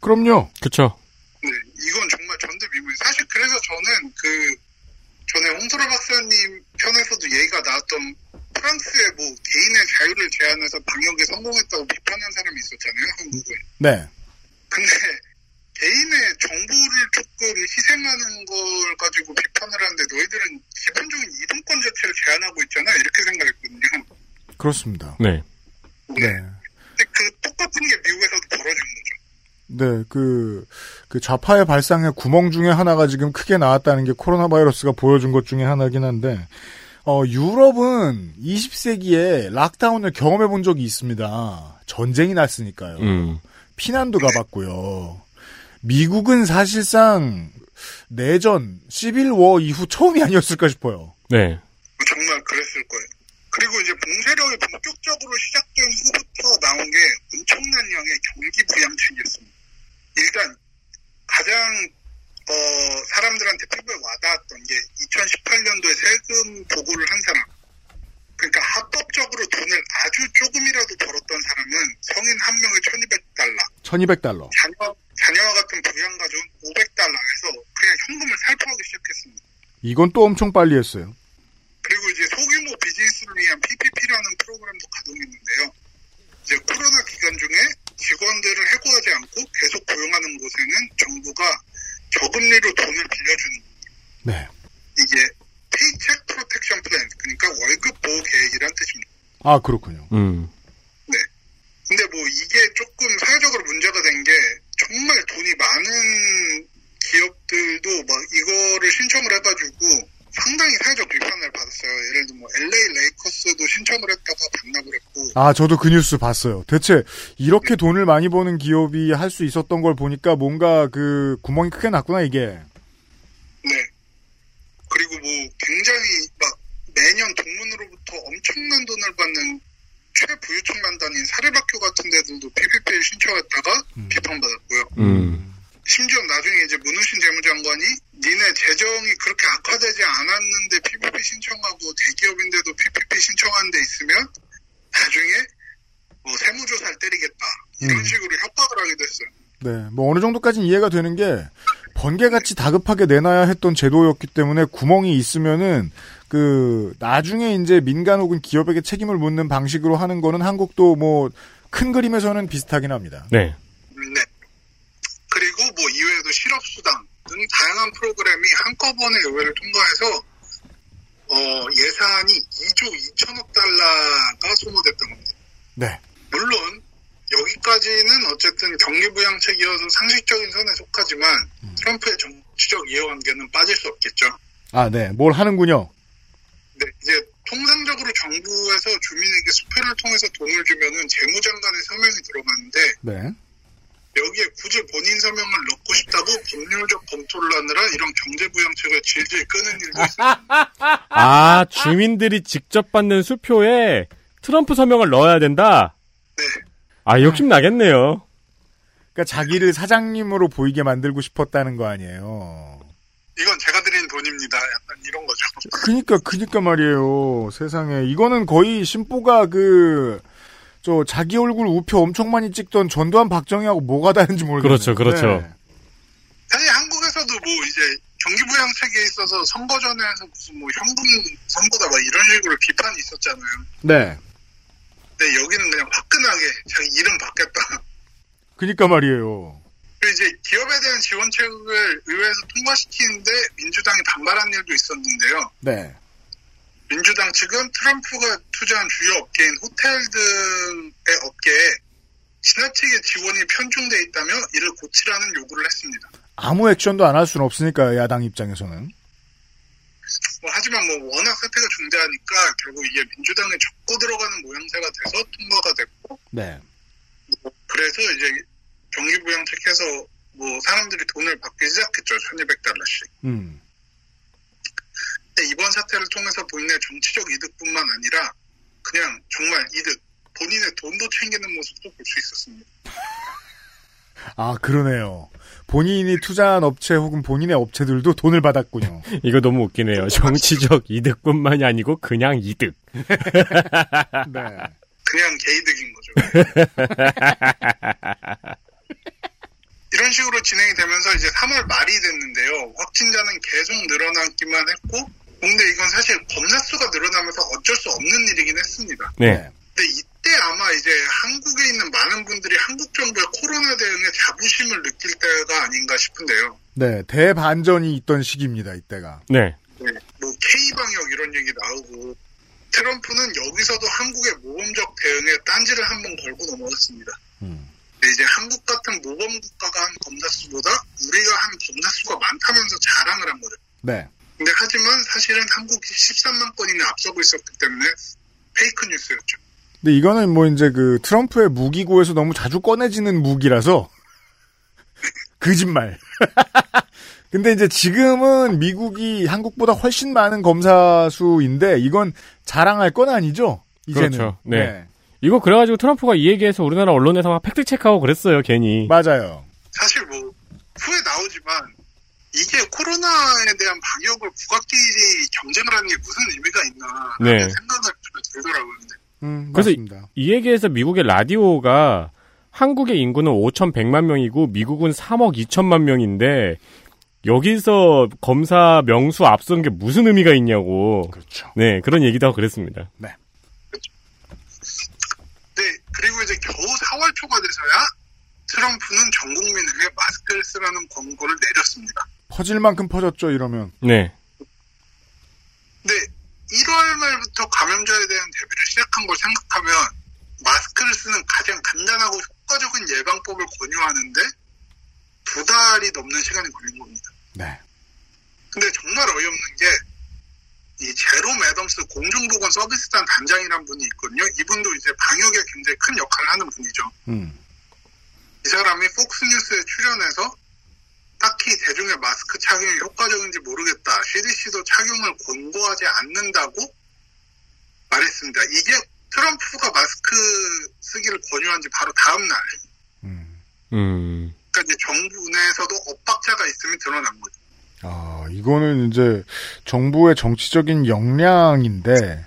Speaker 2: 그럼요.
Speaker 3: 그렇죠.
Speaker 11: 네, 이건 정말 전대미문. 사실 그래서 저는 그 전에 홍소라 박사님 편에서도 얘기가 나왔던 프랑스의 뭐 개인의 자유를 제한해서 방역에 성공했다고 비판한 사람이 있었잖아요, 한국에.
Speaker 2: 네.
Speaker 11: 근데 개인의 정보를 조금 희생하는 걸 가지고 비판을 하는데 너희들은 기본적인 이동권 자체를 제한하고 있잖아 이렇게 생각했거든요.
Speaker 2: 그렇습니다.
Speaker 3: 네.
Speaker 2: 네.
Speaker 11: 근데 그 똑같은 게 미국에서도 벌어진 거죠.
Speaker 2: 네, 그, 그 좌파의 발상의 구멍 중에 하나가 지금 크게 나왔다는 게 코로나 바이러스가 보여준 것 중에 하나긴 한데, 어, 유럽은 20세기에 락다운을 경험해 본 적이 있습니다. 전쟁이 났으니까요.
Speaker 3: 음.
Speaker 2: 피난도 가봤고요. 미국은 사실상 내전, 시빌워 이후 처음이 아니었을까 싶어요.
Speaker 3: 네.
Speaker 11: 정말 그랬을 거예요. 그리고 이제 봉쇄령이 본격적으로 시작된 후부터 나온 게 엄청난 양의 경기 부양책이었습니다. 일단 가장 어, 사람들한테 피부에 와닿았던 게 2018년도에 세금 보고를 한 사람. 그러니까 합법적으로 돈을 아주 조금이라도 벌었던 사람은 성인 한 명에 1,200달러,
Speaker 2: 1200달러.
Speaker 11: 자녀, 자녀와 같은 부양 가족 500달러에서 그냥 현금을 살포하기 시작했습니다.
Speaker 2: 이건 또 엄청 빨리 했어요.
Speaker 11: 그리고 이제 소규모 비즈니스를 위한 PPP라는 프로그램도 가동했는데요. 이제 코로나 기간 중에 직원들을 해고하지 않고 계속 고용하는 곳에는 정부가 저금리로 돈을 빌려주는 겁니다.
Speaker 2: 네.
Speaker 11: 이게 페이첵 프로텍션 플랜, 그러니까 월급 보호 계획이란 뜻입니다.
Speaker 2: 아, 그렇군요.
Speaker 3: 음.
Speaker 11: 네. 근데 뭐 이게 조금 사회적으로 문제가 된 게 정말 돈이 많은 기업들도 막 이거를 신청을 해가지고 상당히 사회적 비판을 받았어요. 예를 들면 뭐 LA 레이커스도 신청을 했다가 반납을 했고
Speaker 2: 아, 저도 그 뉴스 봤어요. 대체 이렇게 돈을 많이 버는 기업이 할 수 있었던 걸 보니까 뭔가 그 구멍이 크게 났구나 이게.
Speaker 11: 네. 그리고 뭐 굉장히 막 매년 동문으로부터 엄청난 돈을 받는 최부유층만 다닌 사립학교 같은 데들도 PPP를 신청했다가 비판받았고요.
Speaker 3: 음.
Speaker 11: 심지어 나중에 이제 문우신 재무장관이 니네 재정이 그렇게 악화되지 않았는데 PPP 신청하고 대기업인데도 PPP 신청한 데 있으면 나중에 뭐 세무조사를 때리겠다 이런
Speaker 2: 음.
Speaker 11: 식으로 협박을 하기도 했어요.
Speaker 2: 네. 뭐 어느 정도까지는 이해가 되는 게 번개같이 다급하게 내놔야 했던 제도였기 때문에 구멍이 있으면은 그 나중에 이제 민간 혹은 기업에게 책임을 묻는 방식으로 하는 거는 한국도 뭐 큰 그림에서는 비슷하긴 합니다.
Speaker 3: 네.
Speaker 11: 네. 그리고 뭐 이외에도 실업수당 등 다양한 프로그램이 한꺼번에 의회를 통과해서 어, 예산이 2조 2천억 달러가 소모됐던 겁니다.
Speaker 2: 네.
Speaker 11: 물론 여기까지는 어쨌든 경기부양책이어서 상식적인 선에 속하지만 트럼프의 정치적 이해관계는 빠질 수 없겠죠.
Speaker 2: 아, 네. 뭘 하는군요.
Speaker 11: 네, 이제 통상적으로 정부에서 주민에게 수표를 통해서 돈을 주면은 재무장관의 서명이 들어가는데
Speaker 2: 네.
Speaker 11: 여기에 굳이 본인 서명을 넣고 싶다고 법률적 검토를 하느라 이런 경제부양책을 질질 끄는 일도 있어요.
Speaker 3: 아, 주민들이 직접 받는 수표에 트럼프 서명을 넣어야 된다? 아, 욕심 나겠네요.
Speaker 2: 그러니까 자기를 사장님으로 보이게 만들고 싶었다는 거 아니에요.
Speaker 11: 이건 제가 드린 돈입니다. 약간 이런 거죠.
Speaker 2: 그니까 그니까 말이에요. 세상에 이거는 거의 심보가 그. 저 자기 얼굴 우표 엄청 많이 찍던 전두환 박정희하고 뭐가 다른지 모르겠어요.
Speaker 3: 그렇죠, 그렇죠.
Speaker 11: 사실 한국에서도 뭐 이제 경기부양책에 있어서 선거 전에서 무슨 뭐 현금 선거다 막 이런 식으로 비판이 있었잖아요.
Speaker 2: 네.
Speaker 11: 근데 여기는 그냥 화끈하게 자기 이름 바뀌었다. [LAUGHS]
Speaker 2: 그니까 말이에요.
Speaker 11: 그리고 이제 기업에 대한 지원책을 의회에서 통과시키는데 민주당이 반발한 일도 있었는데요.
Speaker 2: 네.
Speaker 11: 민주당 측은 트럼프가 투자한 주요 업계인 호텔 등의 업계에 지나치게 지원이 편중돼 있다며 이를 고치라는 요구를 했습니다.
Speaker 2: 아무 액션도 안 할 수는 없으니까요, 야당 입장에서는.
Speaker 11: 뭐 하지만 뭐 워낙 사태가 중대하니까 결국 이게 민주당에 접고 들어가는 모양새가 돼서 통과가 됐고
Speaker 2: 네.
Speaker 11: 뭐 그래서 이제 경기부양 책에서 뭐 사람들이 돈을 받기 시작했죠. 1200달러씩.
Speaker 2: 음.
Speaker 11: 근데 이번 사태를 통해서 본인의 정치적 이득뿐만 아니라 그냥 정말 이득, 본인의 돈도 챙기는 모습도 볼 수 있었습니다.
Speaker 2: 아, 그러네요. 본인이 투자한 업체 혹은 본인의 업체들도 돈을 [LAUGHS] 받았군요.
Speaker 3: 이거 너무 웃기네요. 정치적 이득뿐만이 아니고 그냥 이득.
Speaker 2: 네.
Speaker 11: 그냥 개이득인 거죠. 이런 식으로 진행이 되면서 이제 3월 말이 됐는데요. 확진자는 계속 늘어나기만 했고, 근데 이건 사실 겁나 수가 늘어나면서 어쩔 수 없는 일이긴 했습니다.
Speaker 3: 네.
Speaker 11: 근데 이때 아마 이제 한국에 있는 많은 분들이 한국 정부의 코로나 대응에 자부심을 느낄 때가 아닌가 싶은데요.
Speaker 2: 네, 대반전이 있던 시기입니다, 이때가.
Speaker 3: 네.
Speaker 11: 네, 뭐 K방역 이런 얘기 나오고 트럼프는 여기서도 한국의 모범적 대응에 딴지를 한 번 걸고 넘어갔습니다. 근데 이제 한국 같은 모범 국가가 한 검사수보다 우리가 한 검사수가 많다면서 자랑을 한 거죠.
Speaker 2: 네.
Speaker 11: 근데 하지만 사실은 한국이 13만 건이나 앞서고 있었기 때문에 페이크 뉴스였죠.
Speaker 2: 근데 이거는 뭐 이제 그 트럼프의 무기고에서 너무 자주 꺼내지는 무기라서 [LAUGHS] 거짓말. [LAUGHS] 근데 이제 지금은 미국이 한국보다 훨씬 많은 검사 수인데 이건 자랑할 건 아니죠. 이제는.
Speaker 3: 그렇죠. 네. 이거 그래가지고 트럼프가 이 얘기해서 우리나라 언론에서 막 팩트 체크하고 그랬어요,
Speaker 2: 네.
Speaker 3: 괜히.
Speaker 2: 맞아요.
Speaker 11: 사실 뭐 후에 나오지만 이게 코로나에 대한 방역을 국가끼리 경쟁을 하는 게 무슨 의미가 있나
Speaker 3: 네.
Speaker 11: 생각을 좀 들더라고요. 근데
Speaker 2: 음,
Speaker 3: 그래서 이 얘기에서 미국의 라디오가 한국의 인구는 5,100만 명이고 미국은 3억 2천만 명인데 여기서 검사 명수 앞선 게 무슨 의미가 있냐고.
Speaker 2: 그렇죠.
Speaker 3: 네, 그런 얘기도 하고 그랬습니다.
Speaker 2: 네.
Speaker 11: 네, 그리고 이제 겨우 4월 초가 돼서야 트럼프는 전 국민에게 마스크를 쓰라는 권고를 내렸습니다.
Speaker 2: 퍼질 만큼 퍼졌죠, 이러면.
Speaker 3: 네.
Speaker 11: 근데 1월 네, 말부터 감염자에 대한 대비를 시작한 걸 생각하면 마스크를 쓰는 가장 간단하고 효과적인 예방법을 권유하는데 두 달이 넘는 시간이 걸린 겁니다.
Speaker 2: 네.
Speaker 11: 근데 정말 어이없는 게, 이 제롬 애덤스 공중보건 서비스단 단장이란 분이 있거든요. 이분도 이제 방역에 굉장히 큰 역할을 하는 분이죠.
Speaker 2: 음.
Speaker 11: 이 사람이 폭스뉴스에 출연해서 딱히 대중의 마스크 착용이 효과적인지 모르겠다. CDC도 착용을 권고하지 않는다고 말했습니다. 이게 트럼프가 마스크 쓰기를 권유한 지 바로 다음 날.
Speaker 3: 음.
Speaker 11: 그러니까 이제 정부 내에서도 엇박자가 있음이 드러난 거죠.
Speaker 2: 아, 이거는 이제 정부의 정치적인 역량인데,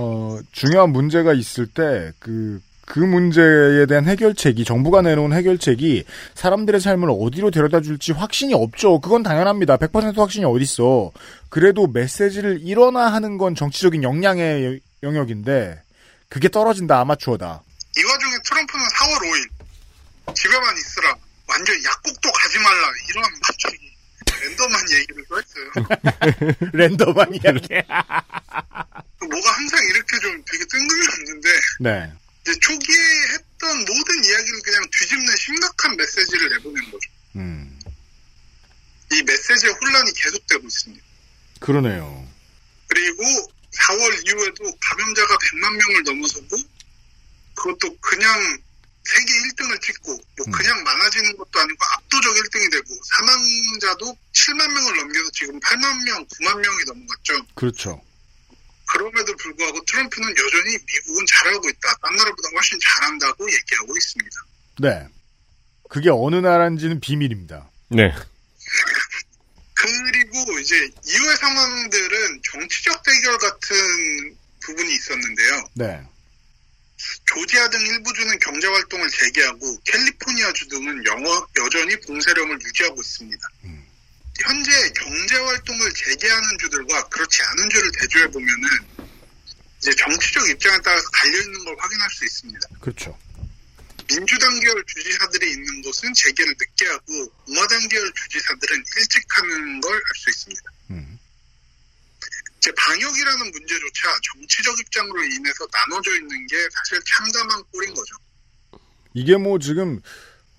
Speaker 2: 어, 중요한 문제가 있을 때, 그, 그 문제에 대한 해결책이, 정부가 내놓은 해결책이 사람들의 삶을 어디로 데려다 줄지 확신이 없죠. 그건 당연합니다. 100% 확신이 어딨어. 그래도 메시지를 일어나 하는 건 정치적인 역량의 여- 영역인데, 그게 떨어진다, 아마추어다. [LAUGHS]
Speaker 11: 이 와중에 트럼프는 4월 5일 집에만 있으라 완전 약국도 가지 말라 이런 갑자기 랜덤한 얘기를 또 했어요.
Speaker 2: 랜덤한 이야기.
Speaker 11: 뭐가 항상 이렇게 좀 되게 뜬금이 없는데
Speaker 2: 네.
Speaker 11: 이제 초기에 했던 모든 이야기를 그냥 뒤집는 심각한 메시지를 내보낸 거죠.
Speaker 2: 음.
Speaker 11: 이 메시지의 혼란이 계속되고 있습니다.
Speaker 2: 그러네요.
Speaker 11: 그리고 4월 이후에도 감염자가 100만 명을 넘어서고 그것도 그냥 세계 1등을 찍고 뭐 그냥 많아지는 것도 아니고 압도적 1등이 되고 사망자도 7만 명을 넘겨서 지금 8만 명, 9만 명이 넘어갔죠.
Speaker 2: 그렇죠.
Speaker 11: 그럼에도 불구하고 트럼프는 여전히 미국은 잘하고 있다. 딴 나라보다 훨씬 잘한다고 얘기하고 있습니다.
Speaker 2: 네. 그게 어느 나라인지는 비밀입니다.
Speaker 3: 네.
Speaker 11: 그리고 이제 이후의 상황들은 정치적 대결 같은 부분이 있었는데요.
Speaker 2: 네.
Speaker 11: 조지아 등 일부 주는 경제 활동을 재개하고 캘리포니아 주 등은 영어, 여전히 봉쇄령을 유지하고 있습니다. 현재 경제 활동을 재개하는 주들과 그렇지 않은 주를 대조해 보면은 이제 정치적 입장에 따라서 갈려 있는 걸 확인할 수 있습니다.
Speaker 2: 그렇죠.
Speaker 11: 민주당 계열 주지사들이 있는 곳은 재개를 늦게 하고 공화당 계열 주지사들은 일찍 하는 걸 알 수 있습니다. 이제 방역이라는 문제조차 정치적 입장으로 인해서 나눠져 있는 게 사실 참담한 꼴인 거죠.
Speaker 2: 이게 뭐 지금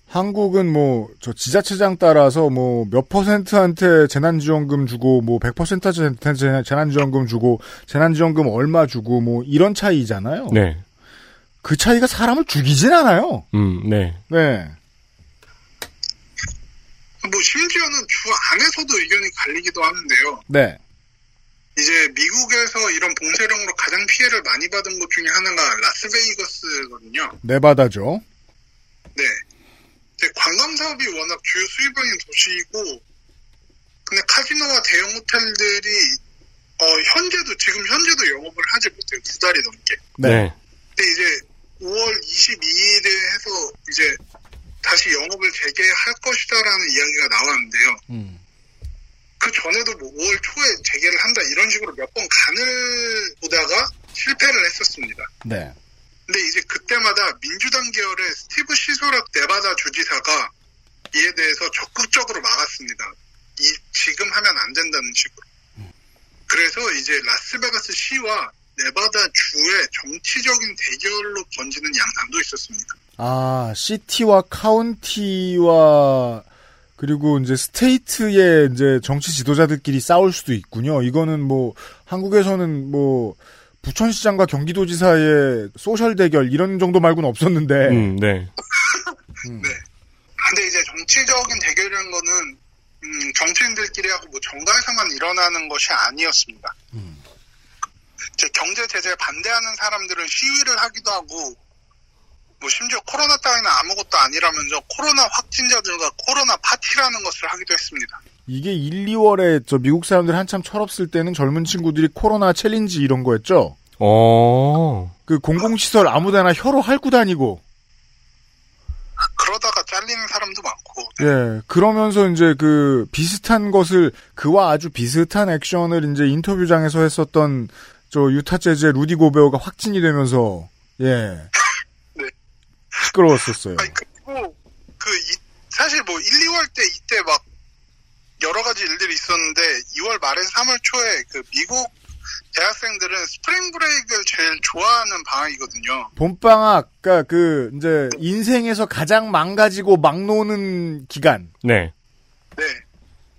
Speaker 2: 한국은 뭐 저 지자체장 따라서 뭐 몇 퍼센트한테 재난지원금 주고 뭐 100%한테 재난지원금 주고 재난지원금 얼마 주고 뭐 이런 차이잖아요.
Speaker 3: 네.
Speaker 2: 그 차이가 사람을 죽이진 않아요.
Speaker 3: 음, 네.
Speaker 2: 네.
Speaker 11: 뭐 심지어는 주 안에서도 의견이 갈리기도 하는데요.
Speaker 2: 네.
Speaker 11: 이제 미국에서 이런 봉쇄령으로 가장 피해를 많이 받은 곳 중에 하나가 라스베이거스거든요.
Speaker 2: 네바다죠.
Speaker 11: 네. 근데 관광 사업이 워낙 주요 수입원인 도시이고, 근데 카지노와 대형 호텔들이 어, 현재도 지금 현재도 영업을 하지 못해요. 두 달이 넘게.
Speaker 3: 네.
Speaker 11: 근데 이제 5월 22일에 해서 이제 다시 영업을 재개할 것이다라는 이야기가 나왔는데요.
Speaker 2: 음.
Speaker 11: 그 전에도 뭐 5월 초에 재개를 한다 이런 식으로 몇 번 간을 보다가 실패를 했었습니다.
Speaker 2: 네.
Speaker 11: 근데 이제 그때마다 민주당 계열의 스티브 시소락 네바다 주지사가 이에 대해서 적극적으로 막았습니다. 이 지금 하면 안 된다는 식으로. 그래서 이제 라스베가스 시와 네바다 주의 정치적인 대결로 번지는 양상도 있었습니다.
Speaker 2: 아, 시티와 카운티와 그리고 이제 스테이트의 이제 정치 지도자들끼리 싸울 수도 있군요. 이거는 뭐 한국에서는 뭐 부천시장과 경기도지사의 소셜 대결 이런 정도 말고는 없었는데.
Speaker 3: 음, 네.
Speaker 11: 네. 근데 이제 정치적인 대결이라는 거는 음, 정치인들끼리 하고 뭐 정가에서만 일어나는 것이 아니었습니다. 이제 경제 제재에 반대하는 사람들은 시위를 하기도 하고 뭐 심지어 코로나 따위는 아무것도 아니라면서 코로나 확진자들과 코로나 파티라는 것을 하기도 했습니다.
Speaker 2: 이게 1, 2월에 저 미국 사람들 한참 철없을 때는 젊은 친구들이 코로나 챌린지 이런 거 했죠.
Speaker 3: 어.
Speaker 2: 그 공공시설 아무데나 혀로 핥고 다니고.
Speaker 11: 그러다가 잘리는 사람도 많고
Speaker 2: 예. 그러면서 이제 그 비슷한 것을 그와 아주 비슷한 액션을 이제 인터뷰장에서 했었던 저 유타 재즈의 루디 고베어가 확진이 되면서 예. [LAUGHS] 시끄러웠었어요.
Speaker 11: 그리고 그 이- 사실 뭐 1, 2월 때 이때 막 여러 가지 일들이 있었는데 2월 말에서 3월 초에 그 미국 대학생들은 스프링 브레이크를 제일 좋아하는 방학이거든요.
Speaker 2: 봄방학, 그니까 그, 이제, 인생에서 가장 망가지고 막 노는 기간.
Speaker 3: 네.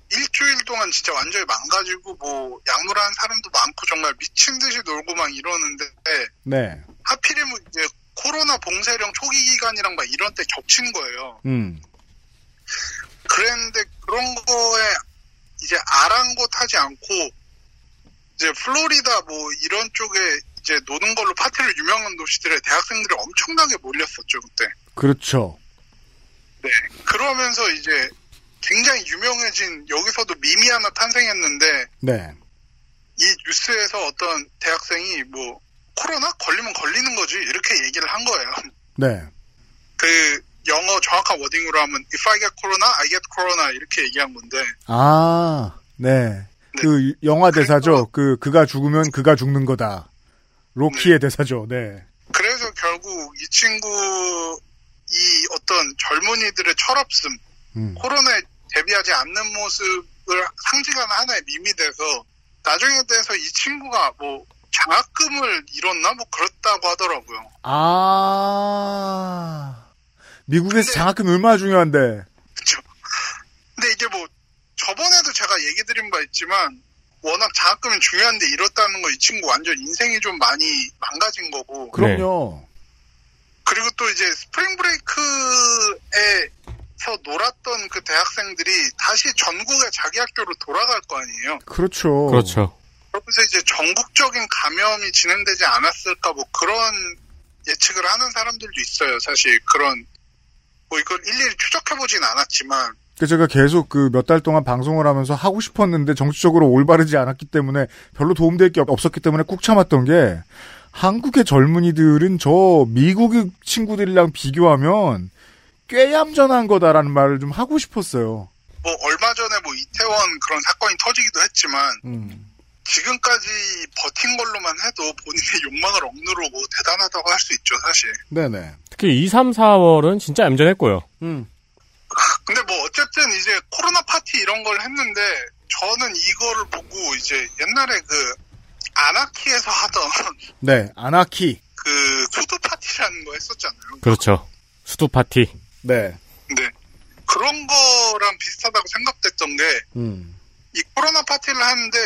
Speaker 11: 일주일 동안 진짜 완전히 망가지고 뭐 약물한 사람도 많고 정말 미친 듯이 놀고 막 이러는데
Speaker 2: 네.
Speaker 11: 하필이면 이제 코로나 봉쇄령 초기 기간이랑 막 이런 때 겹친 거예요.
Speaker 2: 음.
Speaker 11: 그랬는데 그런 거에 이제 아랑곳하지 않고 이제 플로리다 뭐 이런 쪽에 이제 노는 걸로 파티를 유명한 도시들의 대학생들이 엄청나게 몰렸었죠 그때.
Speaker 2: 그렇죠.
Speaker 11: 네. 그러면서 이제 굉장히 유명해진 여기서도 밈이 하나 탄생했는데
Speaker 2: 네.
Speaker 11: 이 뉴스에서 어떤 대학생이 뭐 코로나 걸리면 걸리는 거지 이렇게 얘기를 한 거예요. [LAUGHS]
Speaker 2: 네.
Speaker 11: 그 영어 정확한 워딩으로 하면 if I get corona, I get corona 이렇게 얘기한 건데
Speaker 2: 아, 네. 그, 영화 대사죠. 그, 그가 죽으면 그가 죽는 거다. 로키의 대사죠. 네.
Speaker 11: 그래서 결국 이 친구 이 어떤 젊은이들의 철없음,
Speaker 2: 음.
Speaker 11: 코로나에 대비하지 않는 모습을 상징하는 하나의 밈이 돼서 나중에 돼서 이 친구가 뭐 장학금을 잃었나 뭐 그렇다고 하더라고요.
Speaker 2: 아. 미국에서 장학금 얼마나 중요한데.
Speaker 11: 근데 이게 뭐 저번에도 제가 얘기 드린 바 있지만 워낙 장학금이 중요한데 잃었다는 거 이 친구 완전 인생이 좀 많이 망가진 거고
Speaker 2: 그럼요.
Speaker 11: 그리고 또 이제 스프링 브레이크에서 놀았던 그 대학생들이 다시 전국의 자기 학교로 돌아갈 거 아니에요.
Speaker 2: 그렇죠.
Speaker 3: 그렇죠.
Speaker 11: 그러면서 이제 전국적인 감염이 진행되지 않았을까 뭐 그런 예측을 하는 사람들도 있어요. 사실 그런 뭐 이걸 일일이 추적해 보진 않았지만
Speaker 2: 그 제가 계속 그 몇 달 동안 방송을 하면서 하고 싶었는데 정치적으로 올바르지 않았기 때문에 별로 도움될 게 없- 없었기 때문에 꾹 참았던 게 한국의 젊은이들은 저 미국 의 친구들이랑 비교하면 꽤 얌전한 거다라는 말을 좀 하고 싶었어요.
Speaker 11: 뭐 얼마 전에 뭐 이태원 그런 사건이 터지기도 했지만 지금까지 버틴 걸로만 해도 본인의 욕망을 억누르고 뭐 대단하다고 할 수 있죠 사실.
Speaker 2: 네네.
Speaker 3: 특히 2, 3, 4월은 진짜 얌전했고요.
Speaker 11: 근데 뭐 어쨌든 이제 코로나 파티 이런 걸 했는데 저는 이거를 보고 이제 옛날에 그 아나키에서 하던 [LAUGHS]
Speaker 2: 네, 아나키.
Speaker 11: 그 소드 파티라는 거 했었잖아요.
Speaker 3: 그렇죠. 수두 파티.
Speaker 2: 네.
Speaker 11: 네. 그런 거랑 비슷하다고 생각됐던 게
Speaker 2: 음.
Speaker 11: 이 코로나 파티를 하는데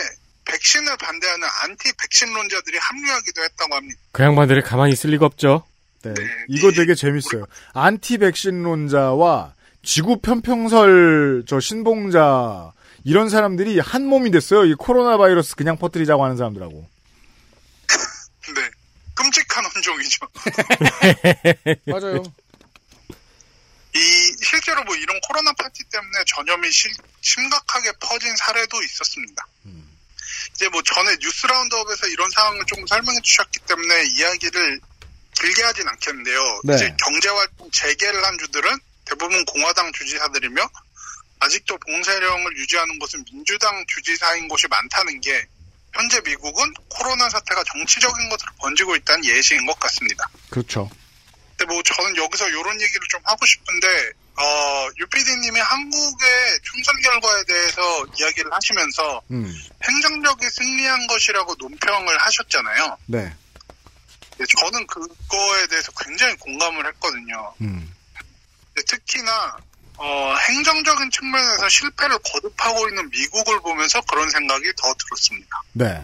Speaker 11: 백신을 반대하는 안티 백신론자들이 합류하기도 했다고 합니다.
Speaker 3: 그 양반들이 가만히 있을 리가 없죠.
Speaker 2: 네. 이거 되게 재밌어요. 안티 백신론자와 지구 편평설 저 신봉자 이런 사람들이 한 몸이 됐어요. 이 코로나 바이러스 그냥 퍼뜨리자고 하는 사람들하고.
Speaker 11: 네. 끔찍한 [LAUGHS] 혼종이죠.
Speaker 2: 맞아요.
Speaker 11: 이 실제로 뭐 이런 코로나 파티 때문에 전염이 실- 심각하게 퍼진 사례도 있었습니다. 이제 뭐 전에 뉴스 라운드업에서 이런 상황을 조금 설명해 주셨기 때문에 이야기를 길게 하진 않겠는데요.
Speaker 12: 네.
Speaker 11: 이제 경제활동 재개를 한 주들은 대부분 공화당 주지사들이며 아직도 봉쇄령을 유지하는 곳은 민주당 주지사인 곳이 많다는 게 현재 미국은 코로나 사태가 정치적인 것으로 번지고 있다는 예시인 것 같습니다.
Speaker 2: 그렇죠.
Speaker 11: 근데 뭐 저는 여기서 이런 얘기를 좀 하고 싶은데 어, 유PD님이 한국의 총선 결과에 대해서 이야기를 하시면서
Speaker 2: 음.
Speaker 11: 행정력이 승리한 것이라고 논평을 하셨잖아요.
Speaker 2: 네.
Speaker 11: 근데 저는 그거에 대해서 굉장히 공감을 했거든요.
Speaker 2: 음.
Speaker 11: 근데 특히나 어, 행정적인 측면에서 실패를 거듭하고 있는 미국을 보면서 그런 생각이 더 들었습니다.
Speaker 2: 네.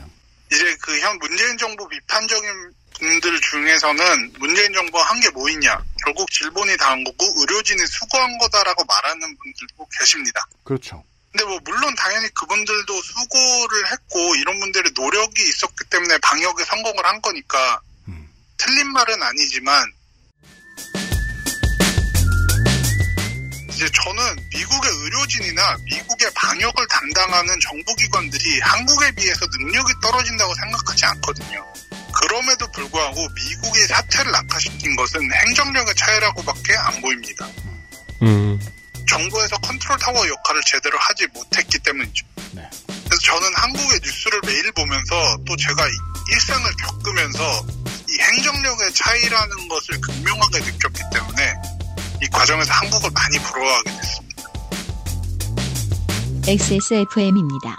Speaker 11: 이제 그 현 문재인 정부 비판적인 분들 중에서는 문재인 정부가 한 게 뭐 있냐. 결국 질본이 당한 거고 의료진이 수고한 거다라고 말하는 분들도 계십니다.
Speaker 2: 그렇죠.
Speaker 11: 근데 뭐 물론 당연히 그분들도 수고를 했고 이런 분들의 노력이 있었기 때문에 방역에 성공을 한 거니까 틀린 말은 아니지만 이제 저는 미국의 의료진이나 미국의 방역을 담당하는 정부기관들이 한국에 비해서 능력이 떨어진다고 생각하지 않거든요. 그럼에도 불구하고 미국이 사태를 악화시킨 것은 행정력의 차이라고밖에 안 보입니다.
Speaker 3: 음.
Speaker 11: 정부에서 컨트롤 타워 역할을 제대로 하지 못했기 때문이죠. 그래서 저는 한국의 뉴스를 매일 보면서 또 제가 이- 일상을 겪으면서 이 행정력의 차이라는 것을 극명하게 느꼈기 때문에 이 과정에서 한국을 많이 부러워하게 됐습니다.
Speaker 1: XSFM입니다.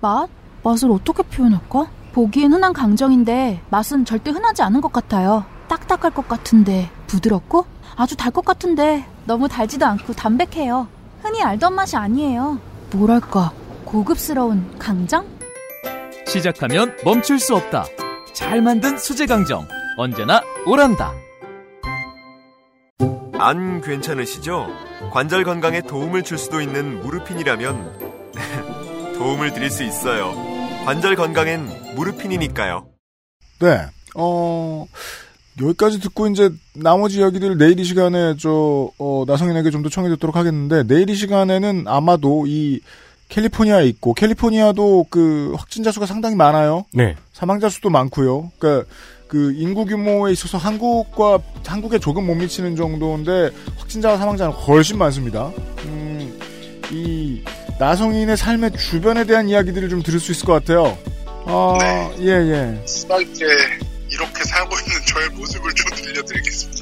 Speaker 10: 맛? 맛을 어떻게 표현할까? 보기엔 흔한 강정인데 맛은 절대 흔하지 않은 것 같아요. 딱딱할 것 같은데 부드럽고 아주 달 것 같은데 너무 달지도 않고 담백해요. 흔히 알던 맛이 아니에요. 뭐랄까 고급스러운 강정?
Speaker 9: 시작하면 멈출 수 없다. 잘 만든 수제 강정 언제나 오란다.
Speaker 13: 안 괜찮으시죠? 관절 건강에 도움을 줄 수도 있는 무르핀이라면 [LAUGHS] 도움을 드릴 수 있어요. 관절 건강엔 무르핀이니까요.
Speaker 2: 네. 어, 여기까지 듣고 이제 나머지 이야기들 내일 이 시간에 저, 어, 나성인에게 좀 더 청해 듣도록 하겠는데, 내일 이 시간에는 아마도 이 캘리포니아에 있고, 캘리포니아도 그 확진자 수가 상당히 많아요.
Speaker 3: 네.
Speaker 2: 사망자 수도 많고요. 그러니까 그 인구 규모에 있어서 한국과 한국에 조금 못 미치는 정도인데 확진자와 사망자는 훨씬 많습니다. 음, 이 나성인의 삶의 주변에 대한 이야기들을 좀 들을 수 있을 것 같아요. 어, 예, 예.
Speaker 11: 수박제 이렇게 살고 있는 저의 모습을 좀 들려드리겠습니다.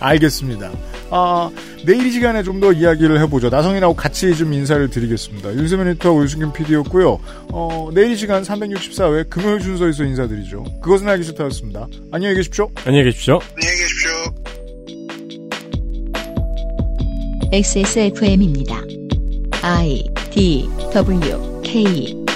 Speaker 2: 알겠습니다. 아, 내일 이 시간에 좀 더 이야기를 해보죠. 나성인하고 같이 좀 인사를 드리겠습니다. 윤세민 리터 우승균 PD였고요. 어, 내일 이 시간 364회 금요일 순서에서 인사드리죠. 그것은 알기 싫다였습니다. 안녕히 계십시오.
Speaker 3: 안녕히 계십시오.
Speaker 11: 안녕히 계십시오.
Speaker 1: XSFM입니다. I D W K